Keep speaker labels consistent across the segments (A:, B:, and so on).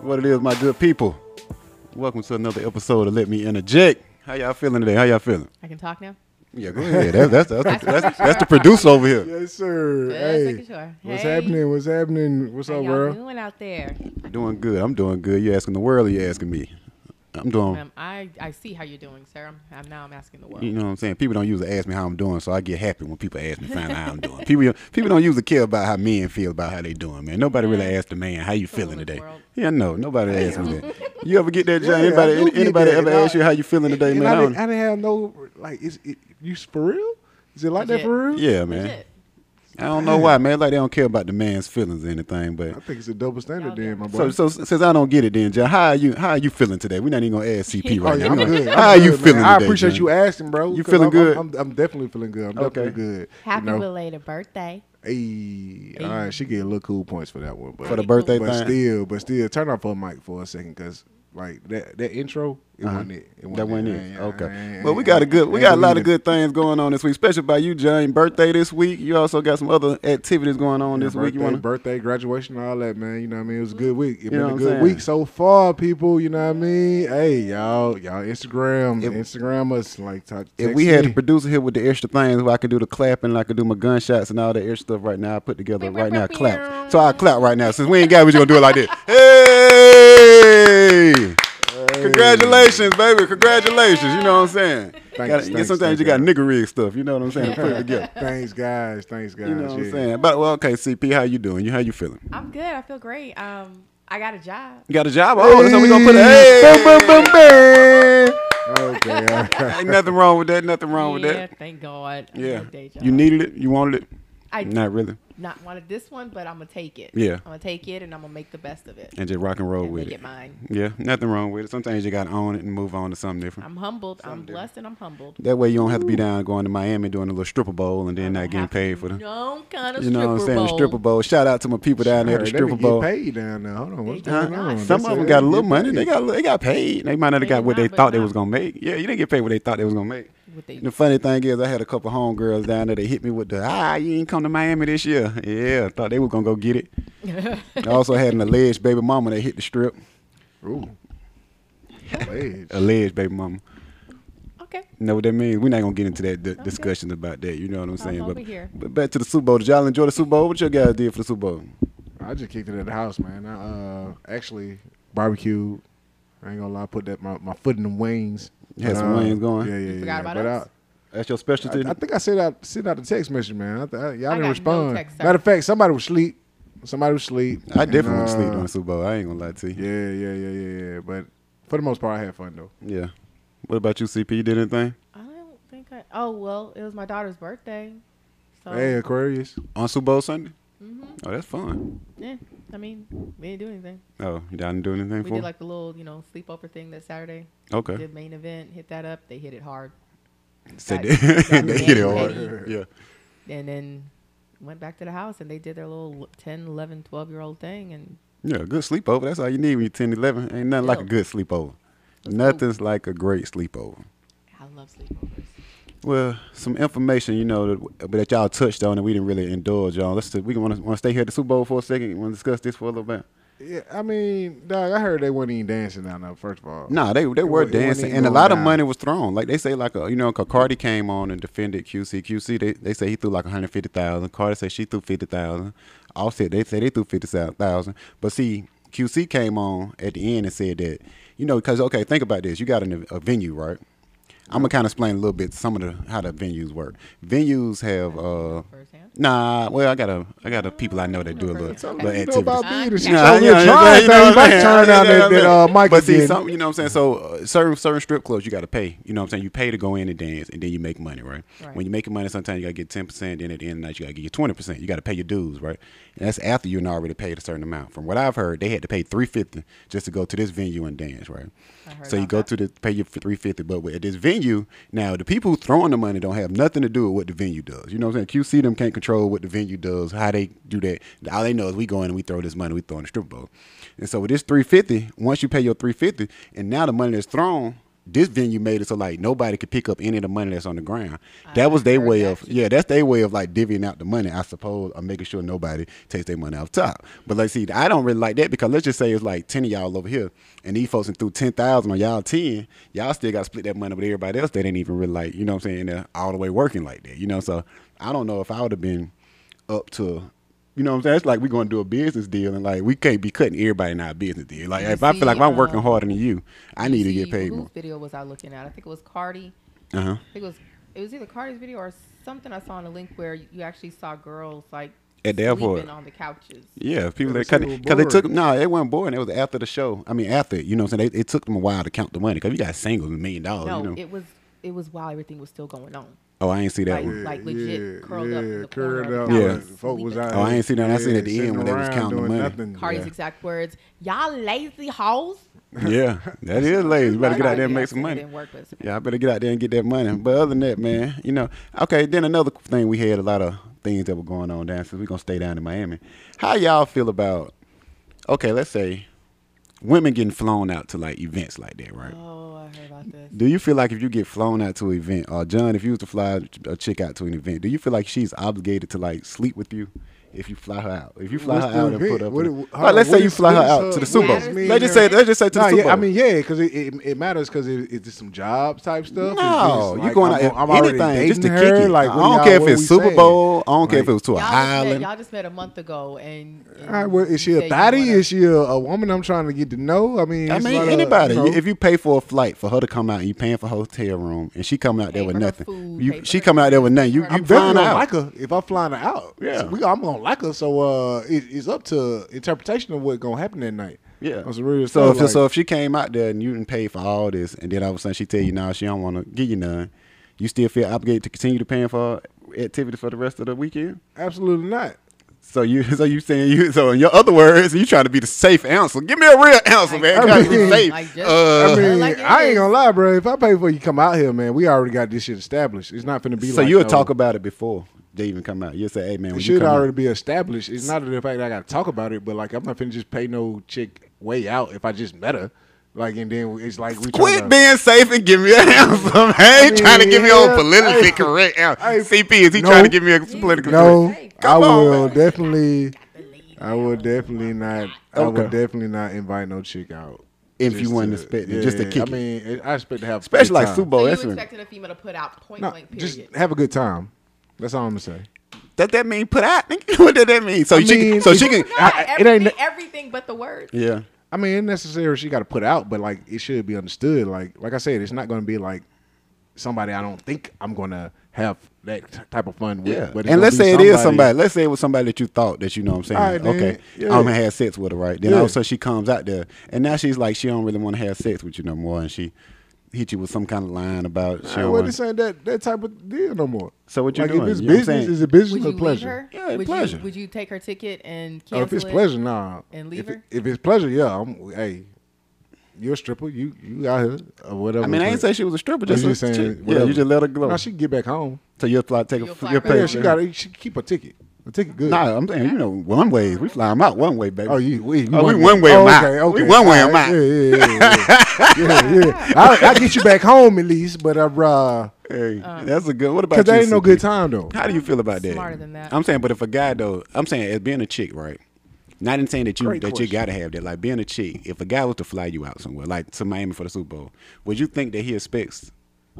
A: What it is, my good people. Welcome to another episode of Let Me Interject. How y'all feeling today? How y'all feeling?
B: I can talk now.
A: Yeah, go ahead. That, that's, that's, that's, that's, that's the producer over here.
C: Yes, sir.
B: Just
C: hey,
B: making sure.
C: what's
B: Hey.
C: happening? What's happening? What's
B: How
C: up,
B: y'all
C: world?
B: doing out there?
A: Doing good. I'm doing good. You asking the world or you asking me? I'm doing,
B: Um, I, I see how you're doing, sir. I'm, I'm now I'm asking the world.
A: you know what I'm saying? People don't usually ask me how I'm doing, so I get happy when people ask me find out how I'm doing. People people don't usually care about how men feel about how they doing, man. Nobody
B: Mm-hmm.
A: really asks the man, how you feeling
B: Foolish
A: today?
B: world.
A: Yeah, no, nobody asks me that. You ever get that, John?
C: Yeah, I
A: anybody
C: do get
A: anybody
C: that.
A: ever
C: And I-
A: ask you how you feeling today,
C: And
A: man?
C: I,
A: I
C: didn't,
A: don't-
C: I didn't have no like. Is it you s- for real? Is it like that
B: Legit.
C: for real?
A: yeah,
B: Legit.
A: man. I don't know why, man. Like they don't care about the man's feelings or anything. But
C: I think it's a double standard,
B: Y'all doing
C: then, my
A: so,
C: boy.
A: so since I don't get it, then John, how are you? How are you feeling today? We're not even gonna ask CP
C: Oh
A: right
C: yeah,
A: now.
C: I'm
A: We're gonna-
C: good. I'm
A: How are you
C: good,
A: feeling?
C: Man. I
A: today,
C: appreciate
A: John?
C: you asking, bro.
A: You
C: 'cause
A: feeling
C: I'm,
A: good?
C: I'm, I'm, I'm definitely feeling good. I'm
A: Okay.
C: definitely good.
B: Happy
C: you know?
B: belated birthday.
C: Hey, all right, she get little cool points for that one, but
A: for the birthday
C: but
A: thing.
C: still, but still, turn off her mic for a second, cause like that that intro, it wasn't it. it
A: Uh-huh.
C: wasn't
A: That wasn't
C: Yeah,
A: it.
C: yeah, yeah,
A: Okay.
C: yeah,
A: But we
C: yeah.
A: got a good, we
C: I
A: got a
C: ain't
A: lot of
C: believe
A: good
C: it.
A: things going on this week, especially by you, John. Birthday this week. You also got some other activities going on this
C: birthday,
A: week. You want to?
C: birthday, graduation, all that, man. You know what I mean? It was a good week. It's
A: know
C: been
A: what
C: a
A: I'm
C: good
A: saying?
C: week so far, people. You know what I mean? Hey, y'all, y'all Instagram, Instagram us like talk,
A: If
C: text
A: we had
C: me.
A: the producer here with the extra things where I could do the clapping, like I could do my gunshots and all that extra stuff right now, I put together right now clap. So I clap right now. Since we ain't got, we just gonna do it like this. Hey! Congratulations, baby! Congratulations. You know what I'm saying?
C: Thanks,
A: Gotta-
C: thanks,
A: sometimes
C: thanks,
A: you got
C: guys.
A: nigger rig stuff. You know what I'm saying? Put it together.
C: thanks guys, thanks guys.
A: You know what I'm
C: yeah.
A: saying? But well, okay, CP, how you doing? You how you feeling?
B: I'm good. I feel great. Um, I got a job.
A: You got a job? Oh, that's how we gonna put it.
C: Hey.
A: Hey!
C: Boom, boom, boom, boom. Okay, all right.
A: Ain't nothing wrong with that. Nothing wrong with
B: yeah,
A: that.
B: thank God. I
A: Yeah.
B: got a Day job.
A: You needed it. You wanted it.
B: I
A: Not really.
B: not wanted this one, but I'm gonna take it.
A: Yeah.
B: I'm gonna take it, and I'm gonna make the best of it.
A: And just rock and roll
B: and
A: with
B: make
A: it.
B: it mine.
A: Yeah, nothing wrong with it. Sometimes you gotta own it and move on to something different.
B: I'm humbled. I'm blessed, and I'm humbled.
A: that way you don't have to be down going to Miami doing a little stripper bowl and then not
B: I don't
A: getting
B: have to
A: paid
B: do
A: for them.
B: No kind of
A: You know what I'm
B: stripper
A: saying? The
B: bowl.
A: stripper bowl. Shout out to my people down there at
C: Heard
A: the
C: they
A: stripper
C: be getting
A: bowl.
C: paid down there. Hold on, what's
B: They
C: going
B: do
C: on?
B: not.
C: They
A: Some of
C: said
A: them
C: they
A: got a
C: get
A: little money.
C: paid.
A: They got they got paid. They might not have
B: They
A: got
B: did
A: what they
B: not, but
A: thought they
B: not-
A: was gonna make. Yeah, you didn't get paid what they thought they was gonna make.
B: What they-
A: The funny thing is, I had a couple homegirls down there. They hit me with the ah, you ain't come to Miami this year. Yeah, thought they were gonna go get it. I also had an alleged baby mama that hit the strip.
C: Ooh. Hey,
A: Alleged baby mama.
B: okay.
A: You know what that means? We're not gonna get into that d- discussion about that. You know what I'm saying?
B: over
A: but,
B: here.
A: but back to the Super Bowl. Did y'all enjoy the Super Bowl? What your guys did for the Super Bowl?
C: I just kicked it at the house, man. I uh, actually barbecued. I ain't gonna lie, put that my, my foot in the wings.
A: You had
C: But,
A: some
C: uh,
A: wings going?
C: Yeah, yeah,
B: You
C: yeah.
B: forgot about
C: but
B: us?
A: That's your specialty.
C: I, I think I sent out sent out the text message, man. I th- I, y'all
B: I got
C: didn't
B: no
C: respond.
B: text, sir.
C: Matter of fact, somebody was sleep. Somebody was sleep.
A: I definitely
C: And,
A: went to sleep
C: uh,
A: during the Super Bowl. I ain't gonna lie to you.
C: Yeah, yeah, yeah, yeah, yeah. But for the most part, I had fun though.
A: Yeah. What about you, CP? You did anything
B: I don't think I. Oh well, it was my daughter's birthday, so
C: Hey, Aquarius.
A: on Super Bowl Sunday?
B: Mm-hmm.
A: Oh, that's fun.
B: eh, I mean, we didn't do anything.
A: Oh, you didn't do anything
B: We
A: for?
B: did like the little, you know, sleepover thing that Saturday.
A: okay.
B: Did main event, hit that up. They hit it hard,
A: Said
B: that-
A: they,
B: that
A: they hit it
B: man
A: hard. Yeah.
B: and then went back to the house and they did their little 10, 11, 12 year old thing. And
A: Yeah, a good sleepover. That's all you need when you're 10, 11. Ain't nothing like a
B: Yo.
A: good sleepover. Nothing's like a great sleepover.
B: I love sleepovers.
A: Well, some information, you know, that, that y'all touched on and we didn't really indulge on. Let's we want to want to stay here at the Super Bowl for a second. Want to discuss this for a little bit?
C: Yeah, I mean, dog, I heard they weren't even dancing down there. First of all,
A: Nah, they they
C: It
A: were
C: wa- it wasn't
A: dancing,
C: even
A: and a
C: going
A: lot of
C: down.
A: money was thrown. Like they say, like a, you know, Cardi came on and defended QC. QC they, they say he threw like one hundred fifty thousand. Cardi said she threw fifty thousand. Offset they say they threw fifty thousand. But see, QC came on at the end and said that you know because okay, think about this. You got an, a venue, right? I'm gonna kind of explain a little bit some of the how the venues work. Venues have uh,
B: Firsthand?
A: nah. Well, I got a I got a people I know that do a little,
C: Tell
A: little
C: me you know
A: activities.
C: about me, the shit
A: Nah,
C: over
A: you know,
C: here
A: you know,
C: trying,
A: you know what I'm
C: baby. About to
A: saying?
C: turn down
A: You know what
C: that, that
A: I'm
C: uh,
A: saying?
C: mic
A: But see,
C: again.
A: some, you know what I'm saying? So uh, certain certain strip clubs you got to pay. You know what I'm saying? You pay to go in and dance, and then you make money, right?
B: Right.
A: When you make money, sometimes you got to get ten percent. Then at the end of the night, you got to get your twenty percent. You got to pay your dues, right? And that's after you've already paid a certain amount. From what I've heard, they had to pay three fifty just to go to this venue and dance, right?
B: I heard
A: So you
B: about
A: go
B: that.
A: to the pay your three fifty, but with- at this venue now, the people who throwing the money don't have nothing to do with what the venue does. You know what I'm saying? QC them can't control what the venue does, how they do that. All they know is we go in and we throw this money, we throw in the strip bowl. And so with this three fifty, once you pay your three fifty, and now the money that's thrown, this venue made it so like nobody could pick up any of the money that's on the ground. That was their
B: heard
A: way
B: that
A: of yeah, that's their way of like divvying out the money, I suppose, or making sure nobody takes their money off top. But let's see, I don't really like that because let's just say it's like ten of y'all over here, and these folks done threw ten thousand on y'all ten, y'all still got to split that money with everybody else. They didn't even really like you know what I'm saying, they're all the way working like that, you know. So I don't know if I would have been up to. You know what I'm saying? It's like we're going to do a business deal, and like we can't be cutting everybody in our business deal. Like
B: You
A: if I
B: see,
A: feel like if I'm working
B: um,
A: harder than you, I need to
B: See,
A: get paid
B: whose
A: more.
B: video was I looking at? I think it was Cardi.
A: Uh huh.
B: I think it was it was either Cardi's video or something I saw on a link where you actually saw girls like
A: At the
B: sleeping
A: airport.
B: on the couches.
A: Yeah, people
C: They
A: that cut
C: said it
A: it
C: was
A: because they took
C: boring.
A: no, it wasn't boring. It was after the show. I mean, after it, you know, what I'm saying they, it took them a while to count the money because you got singles a million dollars.
B: no,
A: oh, you know.
B: it was it was while everything was still going on.
A: oh, I ain't see that
B: like-
A: one.
B: like legit curled up in the corner
C: curled
B: of the
C: up.
B: couch
C: Yeah,
B: sleeping.
C: folk was out.
A: Oh, I ain't seen that. I seen it at the
C: sitting
A: end when they was
C: around
A: counting the
C: doing
A: money.
C: nothing.
B: Cardi's
C: Yeah.
B: exact words, y'all lazy hoes.
A: yeah, that is lazy. You better get out there and
B: Yeah,
A: make some
B: it
A: money.
B: Didn't work with us.
A: Yeah, I better get out there and get that money. But other than that, man, you know, okay. Then another thing we had a lot of things that were going on down since we're gonna stay down in Miami. How y'all feel about? Okay, let's say women getting flown out to like events like that, right?
B: Oh, I heard about this.
A: Do you feel like if you get flown out to an event, or John, if you was to fly a chick out to an event, do you feel like she's obligated to like sleep with you if you fly her out? If you fly
C: What's
A: her
C: the
A: out and put
C: event?
A: up,
C: What
A: in-
C: it-
A: Like,
C: hold on,
A: let's
C: what
A: say you
C: is-
A: fly her
C: what is
A: out
C: her-
A: to the Super Bowl.
B: matters to
A: Let's just say,
B: me?
A: let's just say to
C: Nah,
A: the Super Bowl.
C: yeah, I mean, yeah, because it, it it matters because it, it's just some job type stuff. It's
A: No,
C: just
A: you
C: like,
A: going
C: I'm,
A: out
C: I'm already
A: anything just to
C: dating
A: kick
C: her,
A: it.
C: Like,
A: I
C: what do
A: don't
C: y'all-
A: care if
C: what
A: it's
C: we
A: Super
C: saying?
A: Bowl. uh, I don't care if
C: Like,
A: it was to an
B: Y'all just, met,
A: island.
B: y'all just met a month ago, and, and
C: All right, well, is she
B: you
C: a
B: say you
C: thotty?
B: wanna-
C: Is she a, a woman I'm trying to get to know? I mean,
A: I
C: it's
A: mean,
C: not a-
A: anybody.
C: you know,
A: You- if you pay for a flight for her to come out, and you paying for hotel room, and she coming out there
B: Pay
A: with
B: for her
A: nothing.
B: food, pay
A: you,
B: for
A: she
B: her
A: coming out there with nothing. You,
B: I'm
A: you
C: I'm definitely
A: flying
C: gonna
A: out.
C: like her if I'm flying her out.
A: Yeah.
C: So we- I'm gonna like her. So uh, it, it's up to interpretation of what's gonna happen that night.
A: Yeah.
C: That's real
A: so if
C: stuff,
A: so
C: like-
A: if she came out there and you didn't pay for all this, and then all of a sudden she tell you, "Nah, she don't want to give you none," you still feel obligated to continue to paying for activities for the rest of the weekend.
C: absolutely not.
A: So you, so you saying you, so in your other words, you trying to be the safe answer. Give me a real answer,
B: Like,
A: man.
B: I
A: You gotta be
C: mean,
A: safe.
B: like, just-
A: Uh,
C: I
B: Uh,
C: mean,
B: like it
C: I ain't
B: is.
C: gonna lie, bro. If I pay for you, come out here, man. We already got this shit established. It's not gonna be
A: so
C: like
A: you'll
C: no-
A: talk about it before they even come out. You'll say, "Hey, man,
C: It
A: when you
C: should
A: come out-
C: already be established. It's not the fact that I gotta talk about it, but like I'm not finna just pay no chick way out if I just met her. Like and then it's like we
A: Quit
C: tryna-
A: being safe and give me an answer. Man. I ain't trying to give me
C: yeah,
A: a politically
C: I-
A: correct answer.
C: I-
A: CP, is he
C: no.
A: trying to give me a politically
C: No,
A: correct?
C: I
A: Come on,
C: will
A: man.
C: definitely. I will definitely not. I
A: Okay.
C: would definitely not invite no chick out.
A: If
C: Just
A: you wasn't
C: to-
A: expecting, just to kick
C: I
A: it.
C: mean, it- I expect to have a good
A: Especially like
C: time.
A: Super Bowl.
B: So
A: that's
B: you
A: when-
B: expecting a female to put out point
C: No,
B: blank
C: just
B: period?
C: have a good time. That's all I'm gonna say.
A: That that mean put out? nigga? what did that mean? So
C: I
A: she
C: mean,
A: so she can.
B: Forgot
C: I- I- it ain't-
B: everything, everything but the words.
A: Yeah.
C: I mean, it's necessary she got to put out, but like it should be understood. Like, like I said, it's not gonna be like somebody I don't think I'm gonna have that t- type of fun with.
A: Yeah. and
C: But it's gonna
A: let's
C: be
A: say it is somebody. Let's say it was somebody that you thought that you know what I'm saying.
C: All right, man.
A: okay.
C: Yeah.
A: I'm gonna have sex with her, right? Then all
C: Yeah.
A: of a sudden she comes out there and now she's like she don't really want to have sex with you no more and she hit you with some kind of line about she
C: Hey,
A: don't
C: well,
A: wanna-
C: this ain't that that type of deal no more.
A: So what you
C: like,
A: doing?
C: If it's
A: You know what I'm
C: business,
A: saying?
C: is it business
B: Would you
C: or pleasure?
B: leave her?
A: Yeah,
B: would
A: pleasure.
B: You, would you take her ticket and
C: Oh,
B: cancel
C: if it's
B: it?
C: pleasure, nah.
B: and leave
C: if, it-
B: her?
C: If it's pleasure, yeah. I'm, hey, you're a stripper. You you out here or whatever.
A: I mean, I ain't say she was a stripper. Just,
C: I'm
A: a chick. yeah, you just let her go.
C: Nah, she can get back home.
A: so you'll fly, take
B: You'll
A: a,
B: fly
A: you'll
B: her
A: pay.
C: Yeah,
B: out.
C: she
A: her.
C: got. She can keep a ticket. A ticket good.
A: Nah, I'm saying you know one way we fly them out one way, baby.
C: Oh, you, we, you
A: Oh, we one way
C: oh,
A: I'm out. We
C: okay, okay.
A: one way
C: All
A: I'm out.
C: Yeah, yeah, yeah. yeah, yeah, yeah. I, I get you back home at least, but I'm, uh,
A: Hey, that's a good. What about
C: cause that
A: you,
C: ain't no
A: CP?
C: good time though.
A: How do you feel about that?
B: Smarter than that.
A: I'm saying, but if a guy though, I'm saying as being a chick, right? Not in saying that you
C: Great
A: that you
C: question.
A: gotta have that. Like being a chick, if a guy was to fly you out somewhere, like to Miami for the Super Bowl, would you think that he expects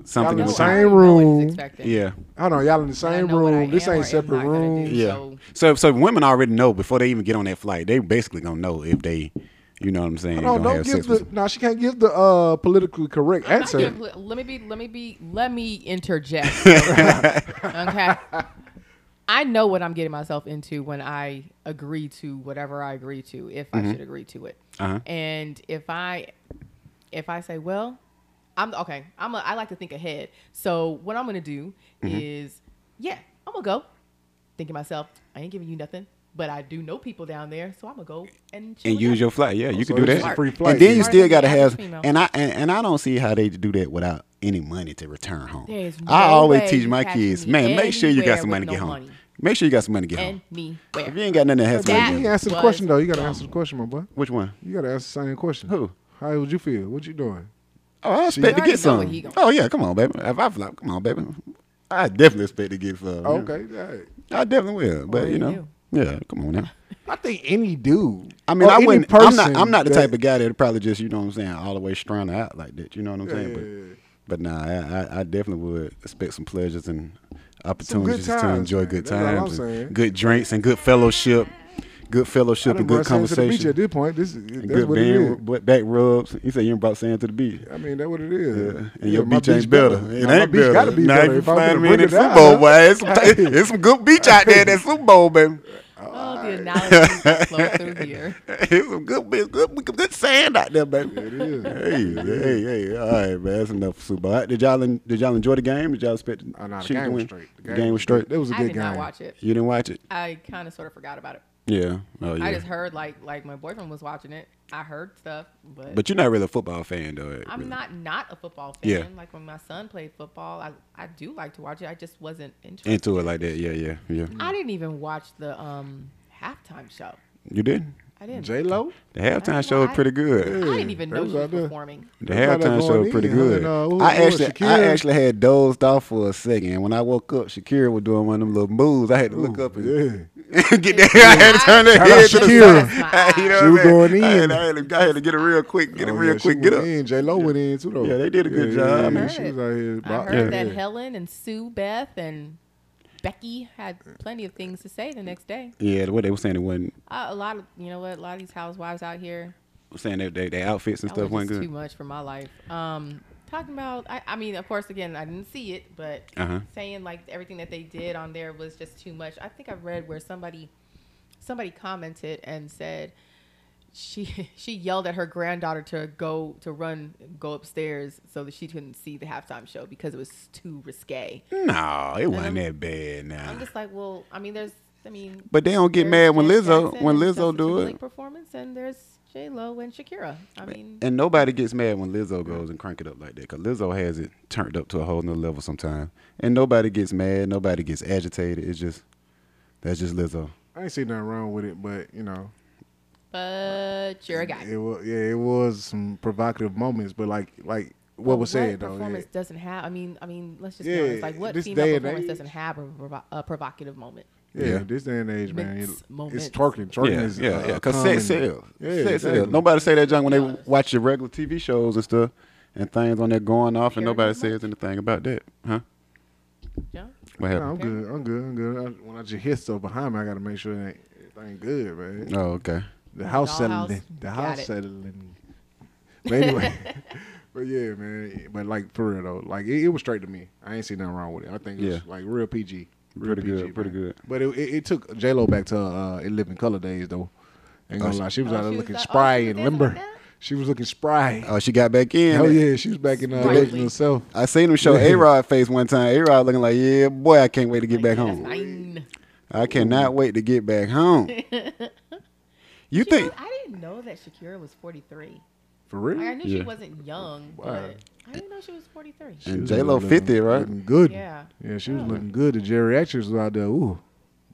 A: something
C: Y'all
A: in
C: know
A: return?
C: Same
B: I already know what he's
C: room.
B: expecting.
A: Yeah,
C: Hold on, y'all in the
B: I
C: same
B: know what I
C: room. This
B: am or
C: ain't
B: am
C: separate
B: not gonna
C: rooms.
B: do.
A: yeah.
B: So-
A: so so women already know before they even get on that flight, they basically gonna know if they, you know what I'm saying,
C: No,
A: gonna
C: don't
A: have
C: give
A: sex
C: the.
A: with.
C: No, she can't give the uh, politically correct
B: I'm not
C: answer.
B: giving poli- let me be. Let me be. Let me interject. okay. Okay. I know what I'm getting myself into when I agree to whatever I agree to, if I should agree to it.
A: Mm-hmm. Uh-huh.
B: And if I, if I say, well, I'm okay. I'm. A, I like to think ahead. So what I'm gonna do
A: Mm-hmm.
B: is, yeah, I'm gonna go. Thinking myself, I ain't giving you nothing, but I do know people down there, so I'm gonna go and chill
A: and
B: it
A: use
B: out.
A: your flight. Yeah, you
C: so
A: can do
C: it's
A: that.
C: a free flight
A: and then
C: then.
A: you still got to
B: Marvin, yeah,
A: have.
B: I'm female.
A: And I and, and I don't see how they do that without any money to return home.
B: There's
A: I
B: no
A: always
B: way
A: teach
B: you
A: my
B: catching
A: kids,
B: me
A: man, make sure you got
B: anywhere
A: some
B: with
A: money to
B: no
A: get home.
B: money.
A: Make sure you got some money to get home. If you
B: anywhere.
A: ain't got nothing that has
B: That-
A: money, to
C: you
A: get home.
C: answer the
B: was
C: question though. You gotta
B: dumb.
C: answer the question, my boy.
A: which one?
C: You gotta answer the same question.
A: Who?
C: How would you feel? What you doing?
A: Oh, I expect to
B: already know
A: get some.
B: where he going.
A: Oh yeah, come on, baby. If I flop, come on, baby. I definitely expect to get some.
C: Okay, alright.
A: I definitely will. But you
B: you
A: know, yeah, come on now.
C: I think any dude.
A: I mean,
C: or
A: I
C: any
A: wouldn't. I'm not.
C: person
A: I'm not the
C: that-
A: type of guy that probably just you know what I'm saying all the way strung out like that. You know what I'm saying?
C: yeah,
A: but,
C: yeah, yeah.
A: but nah, I, I, I definitely would expect some pleasures and opportunities to
C: times,
A: enjoy
C: man.
A: good
C: That's all I'm
A: times, and
C: saying.
A: good drinks, and good fellowship, good fellowship, and
C: I done
A: good
C: brought sand to the beach
A: conversation.
C: at this point. This is that's
A: Good
C: what it is.
A: band, back rubs. He said you ain't brought sand to the beach.
C: I mean, that's what it is.
A: Yeah, and your
C: my
A: beach ain't better. It
C: Nah, my
A: ain't
C: beach
A: better.
C: gotta be
A: now
C: better.
A: you
C: If I'm
A: find
C: gonna
A: me in that
C: bring it
A: Super
C: down,
A: Bowl,
C: huh?
A: boy. It's some, it's some good beach out there. in That Super Bowl, baby.
B: Oh, the analogies that flow through here.
A: It's some good, it's good, good sand out there, baby.
C: It is.
A: Hey, hey, hey! All right, man. That's enough for Super Bowl. All right, Did y'all en- did y'all enjoy the game? Did y'all expect
C: Oh, nah, the
A: Chiefs to
C: game was
A: win?
C: straight.
A: The game was straight.
C: That was a
B: I
C: good
B: did
C: game.
B: not watch it.
A: You didn't watch it?
B: I kind of sort of forgot about it.
A: Yeah. Oh yeah.
B: I just heard like like my boyfriend was watching it. I heard stuff, but,
A: but you're not really a football fan, though. eh,
B: I'm
A: really.
B: not not a football fan.
A: Yeah.
B: Like when my son played football, I I do like to watch it. I just wasn't interested.
A: into it like that. Yeah, yeah, yeah.
B: I didn't even watch the um halftime show.
A: You did.
B: I didn't.
C: J Lo.
A: The halftime
B: know
A: show was
B: why.
A: pretty
B: I
A: good.
B: didn't even
C: that
B: know
C: was
B: she was
C: out there.
B: performing.
A: The
C: That's how
A: halftime
C: that
A: show was
C: going
A: pretty
C: in, huh?
A: good.
C: And, uh, who-
A: I
C: who was
A: actually, I
C: Shakira?
A: actually had dozed off for a second, and when I woke up, Shakira was doing one of them little moves. I had to look up and get there. I had to turn that
B: Shout
C: out
A: head to the
C: Shakira.
A: side. You know
C: She was
A: what I'm saying?
C: going
A: I had,
C: in.
A: I, had to, I had to get it real quick. Get it real quick. Get up.
C: J Lo Oh, went in too though.
A: Yeah, they did a good
C: Yeah,
A: job.
C: yeah,
A: I
C: yeah.
B: heard
C: She
B: it.
C: was out here.
B: I
C: bop-
B: heard
C: yeah.
B: that Helen and Sue Beth and Becky had plenty of things to say the next day.
A: Yeah, the way they were saying it wasn't
B: Uh, a lot of you know what a lot of these housewives out here
A: saying that they, their outfits and
B: that
A: stuff
B: was
A: weren't
B: just too
A: good.
B: much for my life. Um, talking about I, I mean of course again I didn't see it but
A: Uh-huh.
B: saying like everything that they did on there was just too much. I think I read where somebody somebody commented and said she she yelled at her granddaughter to go to run go upstairs so that she couldn't see the halftime show because it was too risque.
A: No, it wasn't that bad. Now,
B: I'm just like, well, I mean, there's, I mean,
A: But they don't get
B: there's
A: mad when
B: Janet
A: Lizzo-
B: Jackson
A: when
B: and
A: Lizzo
B: Justin
A: do it.
B: Timberlake performance, and there's J Lo and Shakira. I mean,
A: and nobody gets mad when Lizzo goes and crank it up like that because Lizzo has it turned up to a whole nother level sometimes, and nobody gets mad, nobody gets agitated. It's just that's just Lizzo.
C: I ain't seen nothing wrong with it, but you know,
B: but you're a guy.
C: it was yeah, it was some provocative moments, but like like what
B: But
C: was said though. yeah.
B: Performance doesn't have. I mean, I mean, let's just be
C: Yeah,
B: honest. Like, what
C: this
B: female
C: day and
B: performance
C: age-
B: doesn't have a, provo- a provocative moment?
C: Yeah,
A: Yeah.
C: this day and age, man,
B: Moments,
C: it-
B: moments.
C: it's twerking. Twerking
A: yeah,
C: is
A: yeah,
C: uh,
A: yeah. Because
C: common.
A: sex sells.
C: Yeah,
A: sex sells.
C: exactly.
A: Nobody say that junk when they watch your regular TV shows and stuff and things on there going off, and
B: Hear
A: nobody
B: that much?
A: says anything about that, huh?
B: Yeah.
A: What
C: No, I'm
A: happened?
C: good. I'm good. I'm good. I, when I just hear stuff behind me, I gotta make sure it ain't, it ain't good, man.
A: Oh, okay.
C: The house
B: Dollhouse.
C: settling. The
B: Got
C: house
B: it.
C: settling. But anyway, but yeah, man. But like for real though, like it, it was straight to me. I ain't seen nothing wrong with it. I think it was
A: Yeah.
C: like real PG. Real
A: Pretty good,
C: PG,
A: pretty
C: man.
A: good.
C: But it, it, it took J Lo back to uh, in living color days though. Ain't
A: Oh,
C: gonna
A: she-
C: lie, she was
B: Oh,
C: out there
B: she was
C: looking
B: out- oh, she
C: spry
B: was
C: and
B: dancing like
C: limber.
B: that?
C: She was looking spry.
A: Oh, she got back in.
C: Hell yeah, she was back in uh,
B: Sprightly.
C: original self.
A: I seen him show A Rod face one time. A Rod looking like, yeah, boy, I can't wait to get back
B: Like, that's
A: home.
B: fine.
A: I cannot wait to get back home. You
B: You know,
A: think?
B: I didn't know that Shakira was 43.
C: For
B: Like, I
C: real?
B: knew
A: Yeah.
B: she wasn't young,
C: Wow.
B: but I didn't know she was 43.
A: And
C: was
A: J-Lo
C: looking-
A: 50, right?
C: Looking good.
B: Yeah.
C: Yeah, she was
B: Oh.
C: looking good. The geriatrics was out there. Ooh,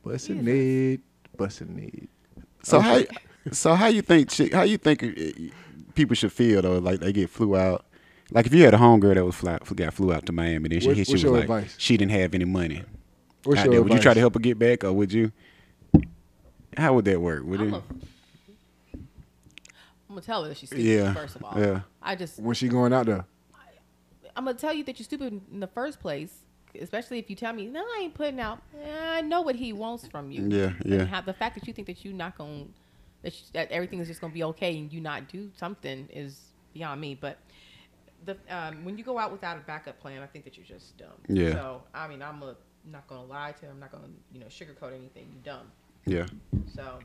C: busting it, busting it.
A: So how? So how you think? Chick, how you think uh, people should feel though? Like they get flew out. Like if you had a homegirl that was fly, got flew out to Miami, then she,
C: What-
A: she
C: what's
A: was
C: your
A: like,
C: advice?
A: she didn't have any money.
C: What's
A: out
C: your
A: there. Would you try
C: advice?
A: to help her get back, or would you? How would that work? Would it?
B: I'm a- I'm gonna tell her that she's stupid.
A: Yeah,
B: First of all,
A: yeah.
B: I just
C: When she going out there?
B: I'm gonna tell you that you're stupid in the first place. Especially if you tell me, no, I ain't putting out. "Yeah, I know what he wants from you.
A: Yeah,
B: and
A: yeah.
B: How, the fact that you think that you're not gonna that, you, that everything is just gonna be okay and you not do something is beyond me. But the um, when you go out without a backup plan, I think that you're just dumb.
A: Yeah.
B: So I mean, I'm a, not gonna lie to him. I'm not gonna you know sugarcoat anything. You're dumb.
A: Yeah.
B: So,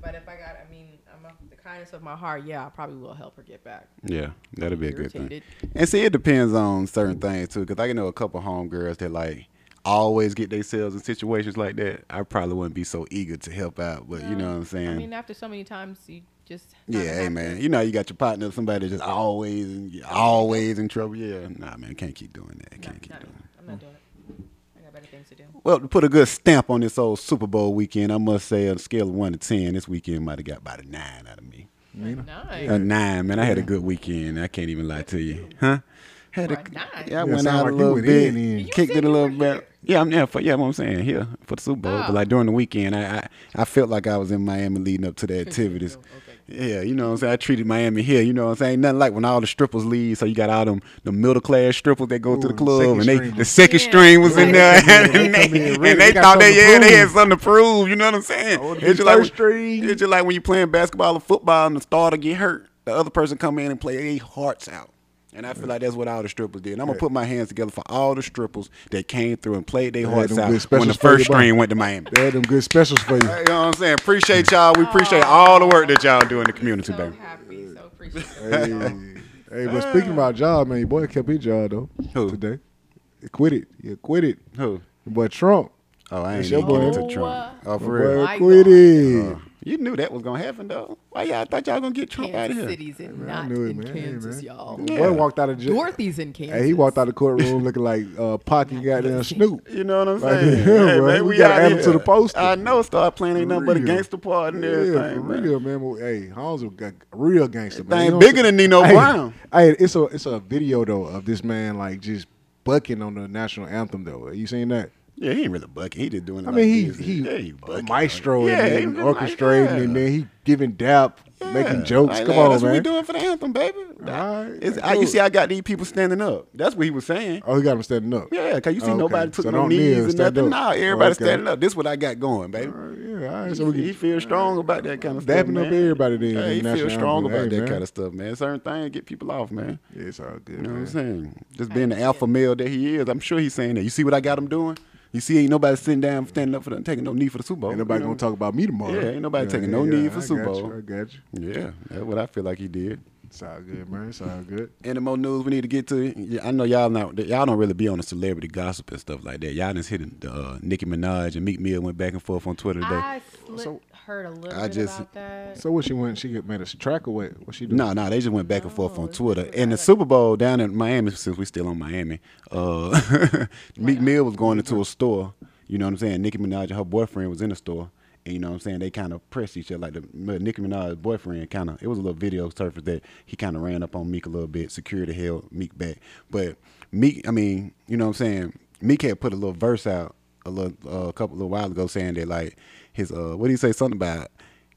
B: but if I got, I mean, I'm off the kindness of my heart, yeah, I probably will help her get back.
A: Yeah, that'd be a good thing.
B: Irritated.
A: And see, it depends on certain things too, because I can know a couple homegirls that like always get themselves in situations like that. I probably wouldn't be so eager to help out, but you know what I'm saying.
B: I mean, after so many times, you just kinda
A: yeah, hey
B: have
A: man,
B: to-
A: you know you got your partner, somebody that's just always in, always in trouble. Yeah, nah, man, can't keep doing that.
B: No,
A: Can't keep
B: not me.
C: Oh.
A: doing.
B: I'm not doing it. I got better
D: things to do.
A: Well, to put a good stamp on this old Super Bowl weekend, I must say, on a scale of one to ten, this weekend might have got about a nine out of me.
B: Nice.
A: A nine, man. I had a good weekend. I can't even lie to you, huh? Had a,
B: Right, nice.
A: yeah, I
B: Yeah,
A: went
C: sound
A: out a
C: like you
A: little
C: went
A: bit,
C: in, in.
B: You
A: kicked it
B: said
A: a
B: you
A: little
B: were
A: bit. Yeah, I'm yeah, for, yeah. What I'm saying here for the Super Bowl, but
B: Oh.
A: like during the weekend, I, I I felt like I was in Miami leading up to the activities. Yeah, you know what I'm saying. I treated Miami here. You know what I'm saying. Nothing like when all the strippers leave. So you got all them the middle class strippers that go to the
C: Ooh,
A: club,
C: second
A: and they
C: string.
A: the second
B: Yeah.
A: string was in
B: Right.
A: there, and,
C: They come in
A: they,
C: ready.
A: and
C: They
A: they
C: got
A: thought they
C: something to
A: yeah they had
C: prove.
A: something to prove. You know what I'm saying?
C: Oh, it'd
A: It's
C: be
A: just like
C: first string.
A: when- it's just like when you're playing basketball or football and the starter get hurt, the other person come in and play their hearts out. And I feel like that's what all the strippers did. And I'm gonna put my hands together for all the strippers that came through and played their
C: had
A: hearts
C: them
A: out
C: good
A: when the
C: specials for
A: first
C: your ball.
A: string went to Miami.
C: They had them good specials for you.
A: You know what I'm saying? Appreciate y'all. We appreciate all the work that y'all do in the community,
D: So
A: baby.
D: happy, so appreciative.
C: hey, hey, but speaking about job, man, your boy kept his job though
A: Who?
C: today. He quit it. He quit it.
A: Who?
C: Your boy Trump.
A: Oh, I ain't
C: It's
A: even
C: your
A: getting
C: boy.
A: into Trump. Oh,
C: Your
A: for real.
C: boy
B: My
C: quit
B: God.
C: it.
A: You knew that was gonna happen though. Why y'all thought y'all gonna get Trump out of
B: Kansas
A: here?
B: City's in,
C: I
B: not
C: knew it,
B: in
C: man. Hey,
B: Kansas,
C: man.
B: y'all.
C: Your
A: Yeah.
C: boy walked out of jail.
B: Dorothy's in Kansas.
C: Hey, he walked out of the courtroom looking like uh, Pocky goddamn Snoop.
A: You know what I'm
C: Like,
A: saying?
C: yeah,
A: hey,
C: bro,
A: man,
C: we
A: we,
C: gotta
A: out
C: add 'em
A: here.
C: to the poster.
A: I know. Start playing ain't nothing but a
C: Real.
A: gangster part and
C: Yeah,
A: everything.
C: for
A: man.
C: real, man. Well, hey, Holmes was a real gangster. Man.
A: Thing
C: You know
A: bigger
C: what
A: than
C: I'm
A: Nino
C: saying?
A: Brown.
C: Hey, hey, it's a it's a video though of this man like just bucking on the national anthem though. You seen that?
A: Yeah, he ain't really bucking. He just doing. It
C: I
A: like
C: mean, he
A: this.
C: he,
A: yeah, he bucking.
C: maestro
A: Yeah, he
C: and then
A: really
C: orchestrating
A: like, yeah.
C: and then he giving dap, making
A: Yeah.
C: jokes.
A: Like,
C: Come
A: nah,
C: on,
A: that's
C: man.
A: what we doing for the anthem, baby.
C: All right,
A: It's-
C: that's
A: I- you
C: cool.
A: see, I got these people standing up. That's what he was saying.
C: Oh, he got him standing up.
A: Yeah, cause you see,
C: Okay.
A: nobody took
C: So
A: no
C: don't kneel,
A: knees and
C: stand
A: nothing.
C: up.
A: Nah, everybody
C: Okay.
A: standing up. This what I got going, baby.
C: All right, yeah, all right. So we
A: He,
C: can
A: feels strong about that kind of stuff.
C: dapping up
A: man.
C: everybody then.
A: Yeah,
C: in
A: he
C: the national
A: feels strong
C: anthem.
A: about
C: Hey,
A: that
C: man.
A: kind of stuff, man. Certain things get people off, man.
C: Yeah, it's all good.
A: You know what
C: man.
A: I'm saying? Just being the alpha male that he is, I'm sure he's saying that. You see what I got him doing? You see, ain't nobody sitting down, standing up for the, taking no knee for the Super Bowl.
C: Ain't nobody
A: you know?
C: gonna talk about me tomorrow.
A: Yeah, ain't nobody taking no knee for
C: I
A: Super
C: got you,
A: Bowl.
C: I got you.
A: Yeah, that's what I feel like he did.
C: It's all good, man. It's all good.
A: Any more news we need to get to? Yeah, I know y'all not that y'all don't really be on the celebrity gossip and stuff like that. Y'all just hitting the uh, Nicki Minaj and Meek Mill went back and forth on Twitter today.
D: I slipped,
C: So-
D: heard a little
A: I
D: bit
A: just-
D: about that.
C: So what she went? She get- made a track away. What she doing?
A: No, no, they just went back and forth on Twitter. And the Super Bowl down in Miami, since we still on Miami, uh, Meek Mill was going into a store. You know what I'm saying? Nicki Minaj and her boyfriend was in the store. And you know what I'm saying? They kind of pressed each other. Like the Nicki Minaj's boyfriend kind of, it was a little video surface that he kind of ran up on Meek a little bit. Security held Meek back. But Meek, I mean, you know what I'm saying? Meek had put a little verse out a little, uh, a couple little while ago saying that like his, uh, what do you say? Something about